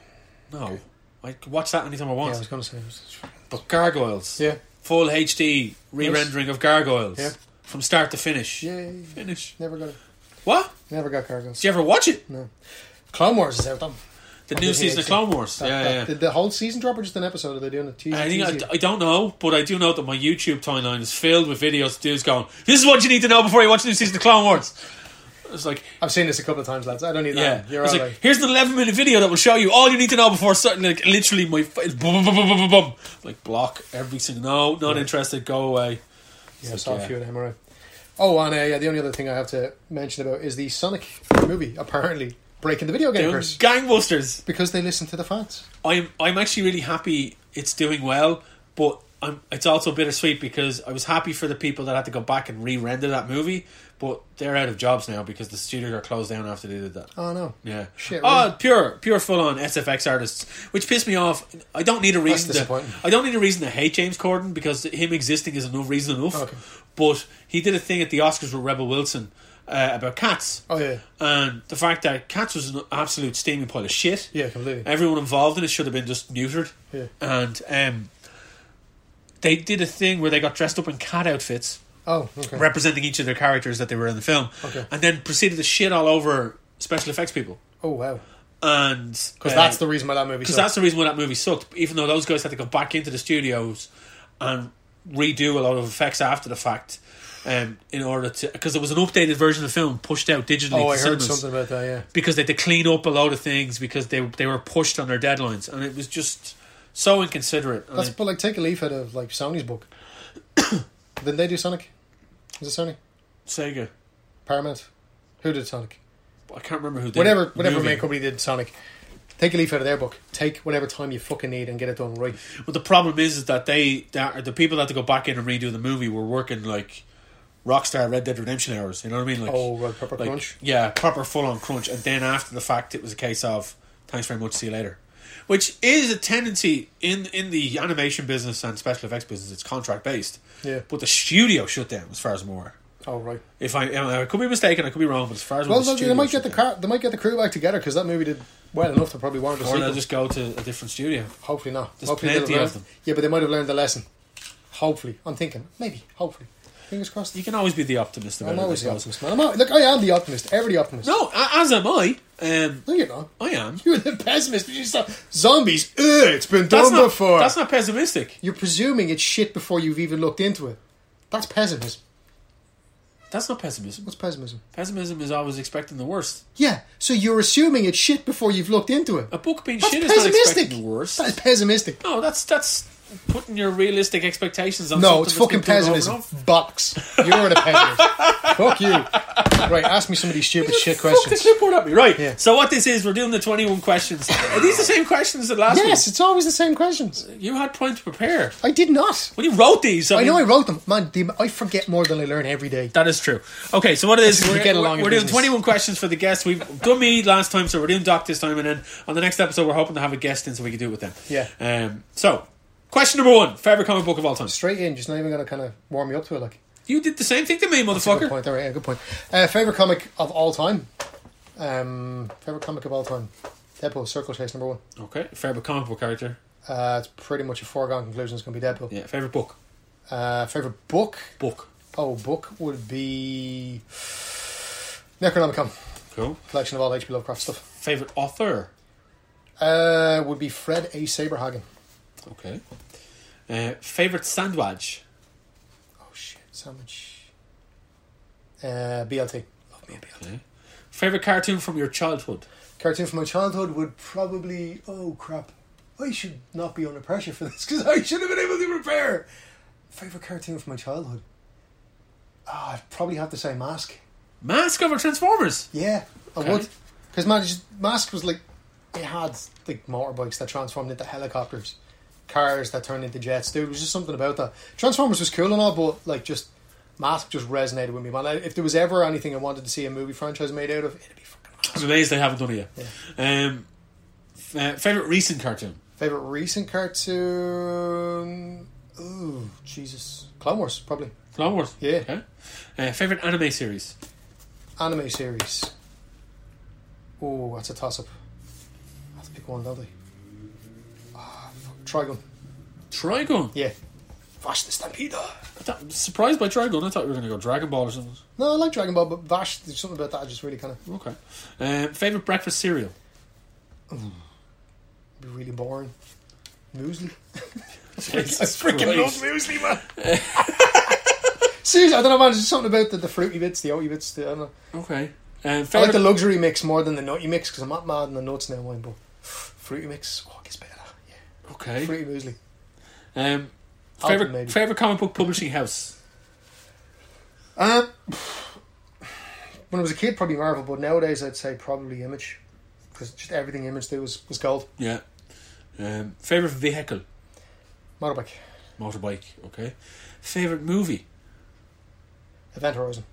Speaker 1: No. I could watch that anytime I
Speaker 2: Yeah, I
Speaker 1: want.
Speaker 2: was gonna say. it was-
Speaker 1: But Gargoyles.
Speaker 2: Yeah.
Speaker 1: Full HD re rendering of Gargoyles.
Speaker 2: Yeah.
Speaker 1: From start to finish.
Speaker 2: Yay.
Speaker 1: Finish.
Speaker 2: Never got it.
Speaker 1: What?
Speaker 2: Never got Cargos.
Speaker 1: Did you ever watch it?
Speaker 2: Clone Wars is out though.
Speaker 1: The
Speaker 2: On
Speaker 1: new
Speaker 2: Disney
Speaker 1: season of
Speaker 2: XD.
Speaker 1: Clone Wars.
Speaker 2: That-
Speaker 1: yeah,
Speaker 2: that-
Speaker 1: yeah.
Speaker 2: Did the whole season drop or just an episode? Are they doing a teaser?
Speaker 1: I, think
Speaker 2: teaser?
Speaker 1: I, I don't know, but I do know that my YouTube timeline is filled with videos of dudes going, This is what you need to know before you watch the new season of Clone Wars. It's like,
Speaker 2: I've seen this a couple of times, lads. I don't need
Speaker 1: yeah.
Speaker 2: that.
Speaker 1: It's
Speaker 2: You're
Speaker 1: like,
Speaker 2: all right.
Speaker 1: here's an 11 minute video that will show you all you need to know before starting. Like, literally, my. f- It's boom, boom, boom, boom, boom, boom. Like, block every single. No, not interested. Go away.
Speaker 2: Yeah, I saw
Speaker 1: yeah.
Speaker 2: a few in MRI. Oh, and uh, yeah, the only other thing I have to mention about is the Sonic movie apparently breaking the video game
Speaker 1: Doing
Speaker 2: curse
Speaker 1: Um, gangbusters.
Speaker 2: because they listen to the fans.
Speaker 1: I'm I'm actually really happy it's doing well, but I'm it's also bittersweet because I was happy for the people that had to go back and re-render that movie, but they're out of jobs now because the studio got closed down after they did that.
Speaker 2: Oh no,
Speaker 1: Yeah.
Speaker 2: Shit,
Speaker 1: Oh, pure, pure, full-on SFX artists, which pissed me off. I don't need a reason.
Speaker 2: disappointing.
Speaker 1: To, I don't need a reason to hate James Corden because him existing is enough reason enough.
Speaker 2: Okay.
Speaker 1: But he did a thing at the Oscars with Rebel Wilson uh, about cats.
Speaker 2: Oh yeah,
Speaker 1: And the fact that Cats was an absolute steaming pile of shit.
Speaker 2: yeah, completely.
Speaker 1: Everyone involved in it should have been just neutered.
Speaker 2: Yeah.
Speaker 1: And um, they did a thing where they got dressed up in cat outfits,
Speaker 2: Oh, okay.
Speaker 1: representing each of their characters that they were in the film,
Speaker 2: Okay.
Speaker 1: and then proceeded to shit all over special effects people.
Speaker 2: oh wow,
Speaker 1: And
Speaker 2: because that's the reason why that movie.
Speaker 1: because
Speaker 2: sucked.
Speaker 1: that's the reason why that movie sucked. Even though those guys had to go back into the studios and redo a lot of effects after the fact, um, in order to because there was an updated version of the film pushed out digitally.
Speaker 2: Oh,
Speaker 1: to
Speaker 2: I heard
Speaker 1: cinemas
Speaker 2: something about that. Yeah,
Speaker 1: because they had to clean up a lot of things because they they were pushed on their deadlines, and it was just so inconsiderate. And
Speaker 2: that's
Speaker 1: I-
Speaker 2: but like take a leaf out of like Sony's book. Didn't they do Sonic? Is it Sony?
Speaker 1: Sega,
Speaker 2: Paramount? Who did Sonic?
Speaker 1: I can't remember who did
Speaker 2: Whatever,
Speaker 1: it.
Speaker 2: whatever
Speaker 1: Movie.
Speaker 2: main company did Sonic. Take a leaf out of their book. Take whatever time you fucking need and get it done right.
Speaker 1: But the problem is, is that they that the people that had to go back in and redo the movie were working like Rockstar Red Dead Redemption hours. You know what I mean? Like
Speaker 2: Oh, right, proper
Speaker 1: like,
Speaker 2: crunch.
Speaker 1: Yeah, proper full on crunch, and then after the fact, it was a case of thanks very much, see you later. which is a tendency in in the animation business and special effects business. It's contract based,
Speaker 2: Yeah.
Speaker 1: but the studio shut down as far as more.
Speaker 2: Oh right.
Speaker 1: If I, I could be mistaken, I could be wrong, but as far as more,
Speaker 2: Well,
Speaker 1: the
Speaker 2: they, they
Speaker 1: studio
Speaker 2: might
Speaker 1: shut
Speaker 2: get the
Speaker 1: down.
Speaker 2: car. They might get the crew back together because that movie did well enough to probably warrant a
Speaker 1: or
Speaker 2: sequel.
Speaker 1: they'll just go to a different studio.
Speaker 2: Hopefully not.
Speaker 1: There's
Speaker 2: Hopefully they'll
Speaker 1: plenty of
Speaker 2: learn-
Speaker 1: them.
Speaker 2: Yeah, but they might have learned the lesson. Hopefully, I'm thinking maybe. Hopefully, fingers crossed.
Speaker 1: You can always be the optimist about
Speaker 2: I'm
Speaker 1: it. I
Speaker 2: always the
Speaker 1: suppose.
Speaker 2: optimist, man. I'm al- look, I am the optimist. Every optimist.
Speaker 1: No, a- as am I. Um,
Speaker 2: no, you're not.
Speaker 1: I am.
Speaker 2: You're the pessimist. You stop zombies. Ugh, it's been
Speaker 1: That's
Speaker 2: done
Speaker 1: not,
Speaker 2: before.
Speaker 1: that's not pessimistic.
Speaker 2: You're presuming it's shit before you've even looked into it. That's pessimism.
Speaker 1: That's not pessimism.
Speaker 2: What's pessimism?
Speaker 1: Pessimism is always expecting the worst.
Speaker 2: Yeah, so you're assuming it's shit before you've looked into it.
Speaker 1: A book being
Speaker 2: That's
Speaker 1: shit is not
Speaker 2: pessimistic.
Speaker 1: expecting the worst.
Speaker 2: That's pessimistic.
Speaker 1: No, that's that's putting your realistic expectations on. something
Speaker 2: No, it's
Speaker 1: that's
Speaker 2: fucking
Speaker 1: been done over and
Speaker 2: pessimism.
Speaker 1: over.
Speaker 2: Box. You're the pessimist. Fuck you. Right, ask me some of these stupid shit
Speaker 1: Fuck the
Speaker 2: questions.
Speaker 1: clipboard at me, right?
Speaker 2: Yeah.
Speaker 1: So what this is, we're doing the twenty-one questions. Are these the same questions that last
Speaker 2: Yes, it's always the same questions.
Speaker 1: week? You had time to prepare
Speaker 2: I did not.
Speaker 1: when you wrote these. I,
Speaker 2: I
Speaker 1: mean,
Speaker 2: know I wrote them. Man, the, I forget more than I learn every day.
Speaker 1: That is true. Okay, so what it is,
Speaker 2: We
Speaker 1: we're,
Speaker 2: get
Speaker 1: we're,
Speaker 2: along in
Speaker 1: we're doing
Speaker 2: business.
Speaker 1: 21 questions for the guests. We've done me last time, so we're doing Doc this time, and then on the next episode, we're hoping to have a guest in so we can do it with them.
Speaker 2: Yeah.
Speaker 1: Um, so, question number one favorite comic book of all time?
Speaker 2: Straight in, just not even going to kind of warm me up to it. Like,
Speaker 1: You did the same thing to me,
Speaker 2: good
Speaker 1: motherfucker.
Speaker 2: point. All right, yeah, good point. Uh, favorite comic of all time. Um, favorite comic of all time. Deadpool, Circle Chase number one.
Speaker 1: Okay, favorite comic book character?
Speaker 2: Uh, it's pretty much a foregone conclusion. It's going to be Deadpool.
Speaker 1: Yeah, favorite book?
Speaker 2: Uh, favorite book.
Speaker 1: Book.
Speaker 2: Oh, book would be Necronomicon,
Speaker 1: Cool.
Speaker 2: collection of all H.P. Lovecraft stuff.
Speaker 1: Favorite author?
Speaker 2: Uh, would be Fred A. Saberhagen.
Speaker 1: Okay. Uh, favorite sandwich?
Speaker 2: Oh shit, sandwich. Uh, BLT. Love me a BLT.
Speaker 1: Okay. Favorite cartoon from your childhood?
Speaker 2: Cartoon from my childhood would probably. Oh crap, I should not be under pressure for this because I should have been able to prepare. Favorite cartoon from my childhood. Ah, I'd probably have to say Mask.
Speaker 1: Mask over Transformers.
Speaker 2: Yeah, I
Speaker 1: Okay.
Speaker 2: would. Because man, it's just- Mask was like they had like motorbikes that transformed into helicopters, cars that turned into jets. Dude, it was just something about that. Transformers was cool and all, but like just Mask just resonated with me, man. I, if there was ever anything I wanted to see a movie franchise made out of, it'd be fucking Mask.
Speaker 1: I'm amazed they haven't done it yet. Um, f- uh, favorite recent cartoon?
Speaker 2: Favorite recent cartoon? Ooh, Jesus, Clone Wars probably.
Speaker 1: Clone Wars.
Speaker 2: Yeah.
Speaker 1: Okay. Uh, favorite anime series.
Speaker 2: Anime series. Ooh, that's a toss up. I have to pick one, don't I? Ah, fuck, Trigon.
Speaker 1: Trigon.
Speaker 2: Yeah. Vash the Stampeder.
Speaker 1: I thought- I'm surprised by Trigon. I thought we were going to go Dragon Ball or something.
Speaker 2: No, I like Dragon Ball, but Vash, there's something about that I just really kind of
Speaker 1: Okay. Um, favorite breakfast cereal.
Speaker 2: be really boring. Muesli.
Speaker 1: Jesus
Speaker 3: Freaking love
Speaker 1: Christ.
Speaker 3: muesli, man.
Speaker 2: Seriously, I don't know, man. There's just something about the, the fruity bits, the oaty bits. The, I don't know.
Speaker 1: Okay. Um,
Speaker 2: I like
Speaker 1: favorite
Speaker 2: the luxury mix more than the nutty mix because I'm not mad on the nuts now, mind, but fruity mix, oh, it gets better. Yeah.
Speaker 1: okay.
Speaker 2: Fruity muesli.
Speaker 1: Um,
Speaker 2: Alton,
Speaker 1: favorite
Speaker 2: maybe.
Speaker 1: favorite comic book publishing house.
Speaker 2: Um, when I was a kid, probably Marvel, but nowadays I'd say probably Image because just everything Image did was, was gold.
Speaker 1: Yeah. Um, favorite vehicle.
Speaker 2: Motorbike,
Speaker 1: Motorbike. Okay. Favorite movie.
Speaker 2: Event Horizon.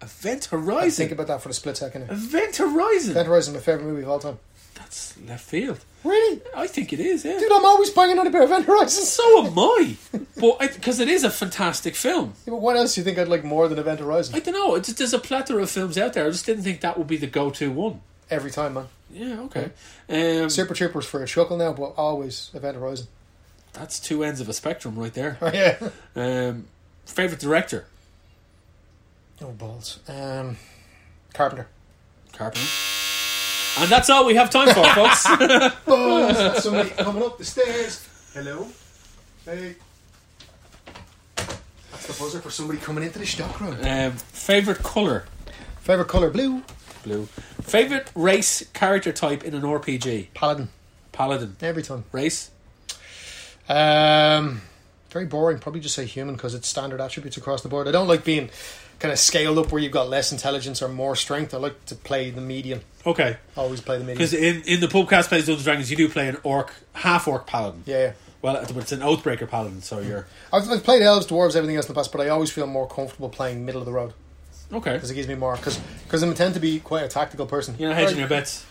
Speaker 1: Event
Speaker 2: I think
Speaker 1: Horizon.
Speaker 2: about that for the split second. now.
Speaker 1: Event Horizon.
Speaker 2: Event Horizon, my favorite movie of all time.
Speaker 1: That's left field.
Speaker 2: Really?
Speaker 1: I think it is. Yeah.
Speaker 2: Dude, I'm always banging on about Event Horizon. So,
Speaker 1: So am I. but because it is a fantastic film.
Speaker 2: Yeah, but what else do you think I'd like more than Event
Speaker 1: I
Speaker 2: Horizon?
Speaker 1: don't know. It's, there's a plethora of films out there. I just didn't think that would be the go-to one.
Speaker 2: Every time, man.
Speaker 1: Yeah, okay. Um,
Speaker 2: Super Troopers for a chuckle now, but always Event Horizon.
Speaker 1: that's two ends of a spectrum right there.
Speaker 2: Oh, yeah.
Speaker 1: Um, favorite director,
Speaker 2: No balls. Um, Carpenter.
Speaker 1: Carpenter. And that's all we have time for, folks.
Speaker 2: Balls. Somebody coming up the stairs. Hello. Hey. That's the buzzer for somebody coming into the stock room.
Speaker 1: um, favorite color,
Speaker 2: Favorite color blue.
Speaker 1: blue. Favorite race character type in an RPG,
Speaker 2: Paladin.
Speaker 1: paladin.
Speaker 2: Every time.
Speaker 1: Race,
Speaker 2: Um, very boring. Probably just say human because it's standard attributes across the board. I don't like being kind of scaled up where you've got less intelligence or more strength. I like to play the median.
Speaker 1: okay.
Speaker 2: Always play the median.
Speaker 1: Because in, in the podcast plays Dungeons and Dragons, you do play an orc, half orc paladin.
Speaker 2: Yeah, yeah.
Speaker 1: Well, but it's an Oathbreaker paladin, so you're
Speaker 2: I've, I've played elves, dwarves, everything else in the past, but I always feel more comfortable playing middle of the road
Speaker 1: Mm. okay.
Speaker 2: because it gives me more. Because I'm tend to be quite a tactical person.
Speaker 1: You're not
Speaker 2: Right.
Speaker 1: hedging your bets.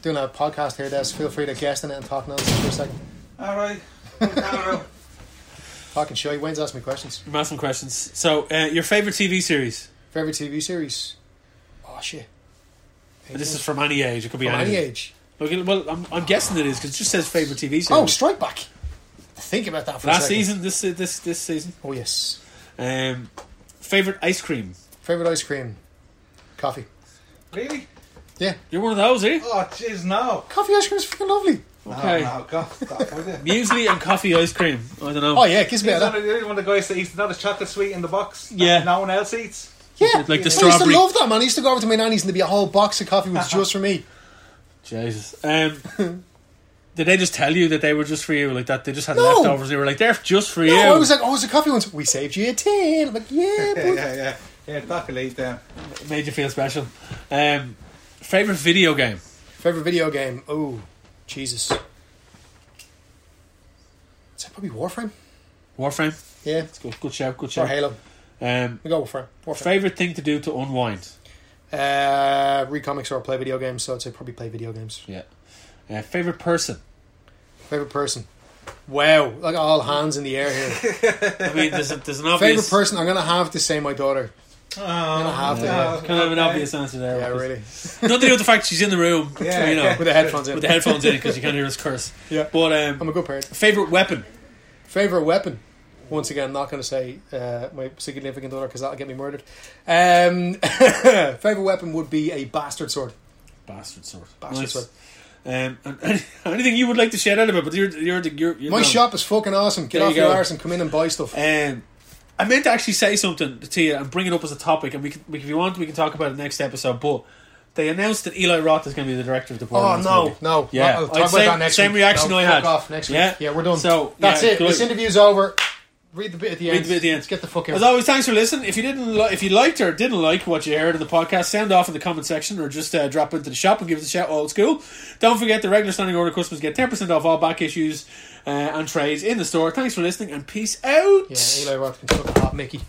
Speaker 2: doing a podcast here, Des. Feel free to guest in it and talk nonsense for a second.
Speaker 1: All right. I'm
Speaker 2: Talking show. Wayne's asked me questions.
Speaker 1: asking questions. So, uh, your favorite TV series?
Speaker 2: Favorite TV series? Oh shit.
Speaker 1: This is from any age. It could be
Speaker 2: from any
Speaker 1: anything.
Speaker 2: age.
Speaker 1: Okay, well, I'm, I'm guessing it is because it just says favorite TV series.
Speaker 2: Oh, Strike Back. Think about that for a
Speaker 1: last
Speaker 2: second.
Speaker 1: season, this this this season.
Speaker 2: Oh yes.
Speaker 1: Um, favorite ice cream.
Speaker 2: Favorite ice cream? Coffee.
Speaker 4: Really?
Speaker 2: Yeah,
Speaker 1: You're one of those, are you?
Speaker 4: Oh, jeez, no. Oh,
Speaker 2: coffee ice cream is freaking lovely.
Speaker 1: Okay.
Speaker 4: No, no, God, stop with it.
Speaker 1: Muesli and coffee ice cream. I don't know.
Speaker 2: Oh yeah, kiss me
Speaker 4: He's
Speaker 2: of
Speaker 4: one
Speaker 2: that.
Speaker 4: of, the- one of the guys that eats not a chocolate sweet in the box. that
Speaker 1: Yeah.
Speaker 4: No one else eats.
Speaker 2: Yeah,
Speaker 1: Like the
Speaker 2: I used to
Speaker 1: strawberry.
Speaker 2: love that man. I used to go over to my nanny's and there'd be a whole box of coffee was just for me.
Speaker 1: Jesus. Um, did they just tell you that they were just for you like that? They just had
Speaker 2: No.
Speaker 1: leftovers. They were like they're just for you.
Speaker 2: No, I was like, oh, it's a coffee once. We saved you a tin. I'm like, yeah,
Speaker 4: Yeah,
Speaker 2: boy.
Speaker 4: yeah, yeah. Yeah, Doc will eat them.
Speaker 1: It made you feel special. Um, favorite video game.
Speaker 2: Favorite video game? Oh, Jesus. Is that probably Warframe?
Speaker 1: Warframe.
Speaker 2: Yeah,
Speaker 1: Good, good shout. Good
Speaker 2: or
Speaker 1: shout.
Speaker 2: Halo.
Speaker 1: Um,
Speaker 2: We go Warframe. Warframe.
Speaker 1: favorite thing to do to unwind.
Speaker 2: Uh, read comics or play video games, so I'd say probably play video games.
Speaker 1: Yeah. Uh, favorite person.
Speaker 2: Favorite person? Wow, like all hands in the air here.
Speaker 1: I mean, there's, a, there's an obvious
Speaker 2: Favorite person? I'm gonna have to say my daughter.
Speaker 4: Oh,
Speaker 2: I'm gonna have to.
Speaker 4: no.
Speaker 1: Kind of an
Speaker 4: Okay.
Speaker 1: obvious answer there.
Speaker 2: Yeah,
Speaker 1: because-
Speaker 2: really.
Speaker 1: Not to do with the fact she's in the room,
Speaker 4: Yeah,
Speaker 1: you know,
Speaker 4: yeah.
Speaker 2: With the headphones in.
Speaker 1: with the headphones in because you can't hear us curse.
Speaker 2: Yeah.
Speaker 1: But
Speaker 2: I'm
Speaker 1: um,
Speaker 2: a good parent.
Speaker 1: favorite weapon.
Speaker 2: Favorite weapon? Once again, not going to say uh, my significant other because that'll get me murdered. Um, favorite weapon would be a bastard sword.
Speaker 1: Bastard sword.
Speaker 2: Bastard sword.
Speaker 1: Um, and, and anything you would like to shout out about? But you're you're the you're, you're
Speaker 2: My
Speaker 1: gone.
Speaker 2: shop is fucking awesome. Get
Speaker 1: There you
Speaker 2: off your
Speaker 1: go.
Speaker 2: arse and come in and buy stuff.
Speaker 1: Um, I meant to actually say something to you and bring it up as a topic, and we, can, we if you want, we can talk about it next episode. But they announced that Eli Roth is going to be the director of the
Speaker 2: Oh
Speaker 1: Borderlands
Speaker 2: no,
Speaker 1: movie.
Speaker 2: no!
Speaker 1: Yeah,
Speaker 2: I'll talk
Speaker 1: I'd
Speaker 2: about
Speaker 1: same,
Speaker 2: that next
Speaker 1: same
Speaker 2: week.
Speaker 1: reaction
Speaker 2: No,
Speaker 1: I
Speaker 2: fuck
Speaker 1: had.
Speaker 2: Off next week.
Speaker 1: Yeah,
Speaker 2: Yeah, we're done.
Speaker 1: So
Speaker 2: that's
Speaker 1: yeah,
Speaker 2: it.
Speaker 1: good.
Speaker 2: This interview's over. Read the bit at the
Speaker 1: Read
Speaker 2: end.
Speaker 1: the bit at the end.
Speaker 2: Let's get the fuck
Speaker 1: As
Speaker 2: out.
Speaker 1: always, thanks for listening. If you didn't, li- if you liked or didn't like what you heard in the podcast, sound off in the comment section or just uh, drop into the shop and give us a shout. Old school. Don't forget the regular standing order customers get ten percent off all back issues uh, and trades in the store. Thanks for listening and peace out.
Speaker 2: Yeah, Eli Roth can fuck off, Mickey.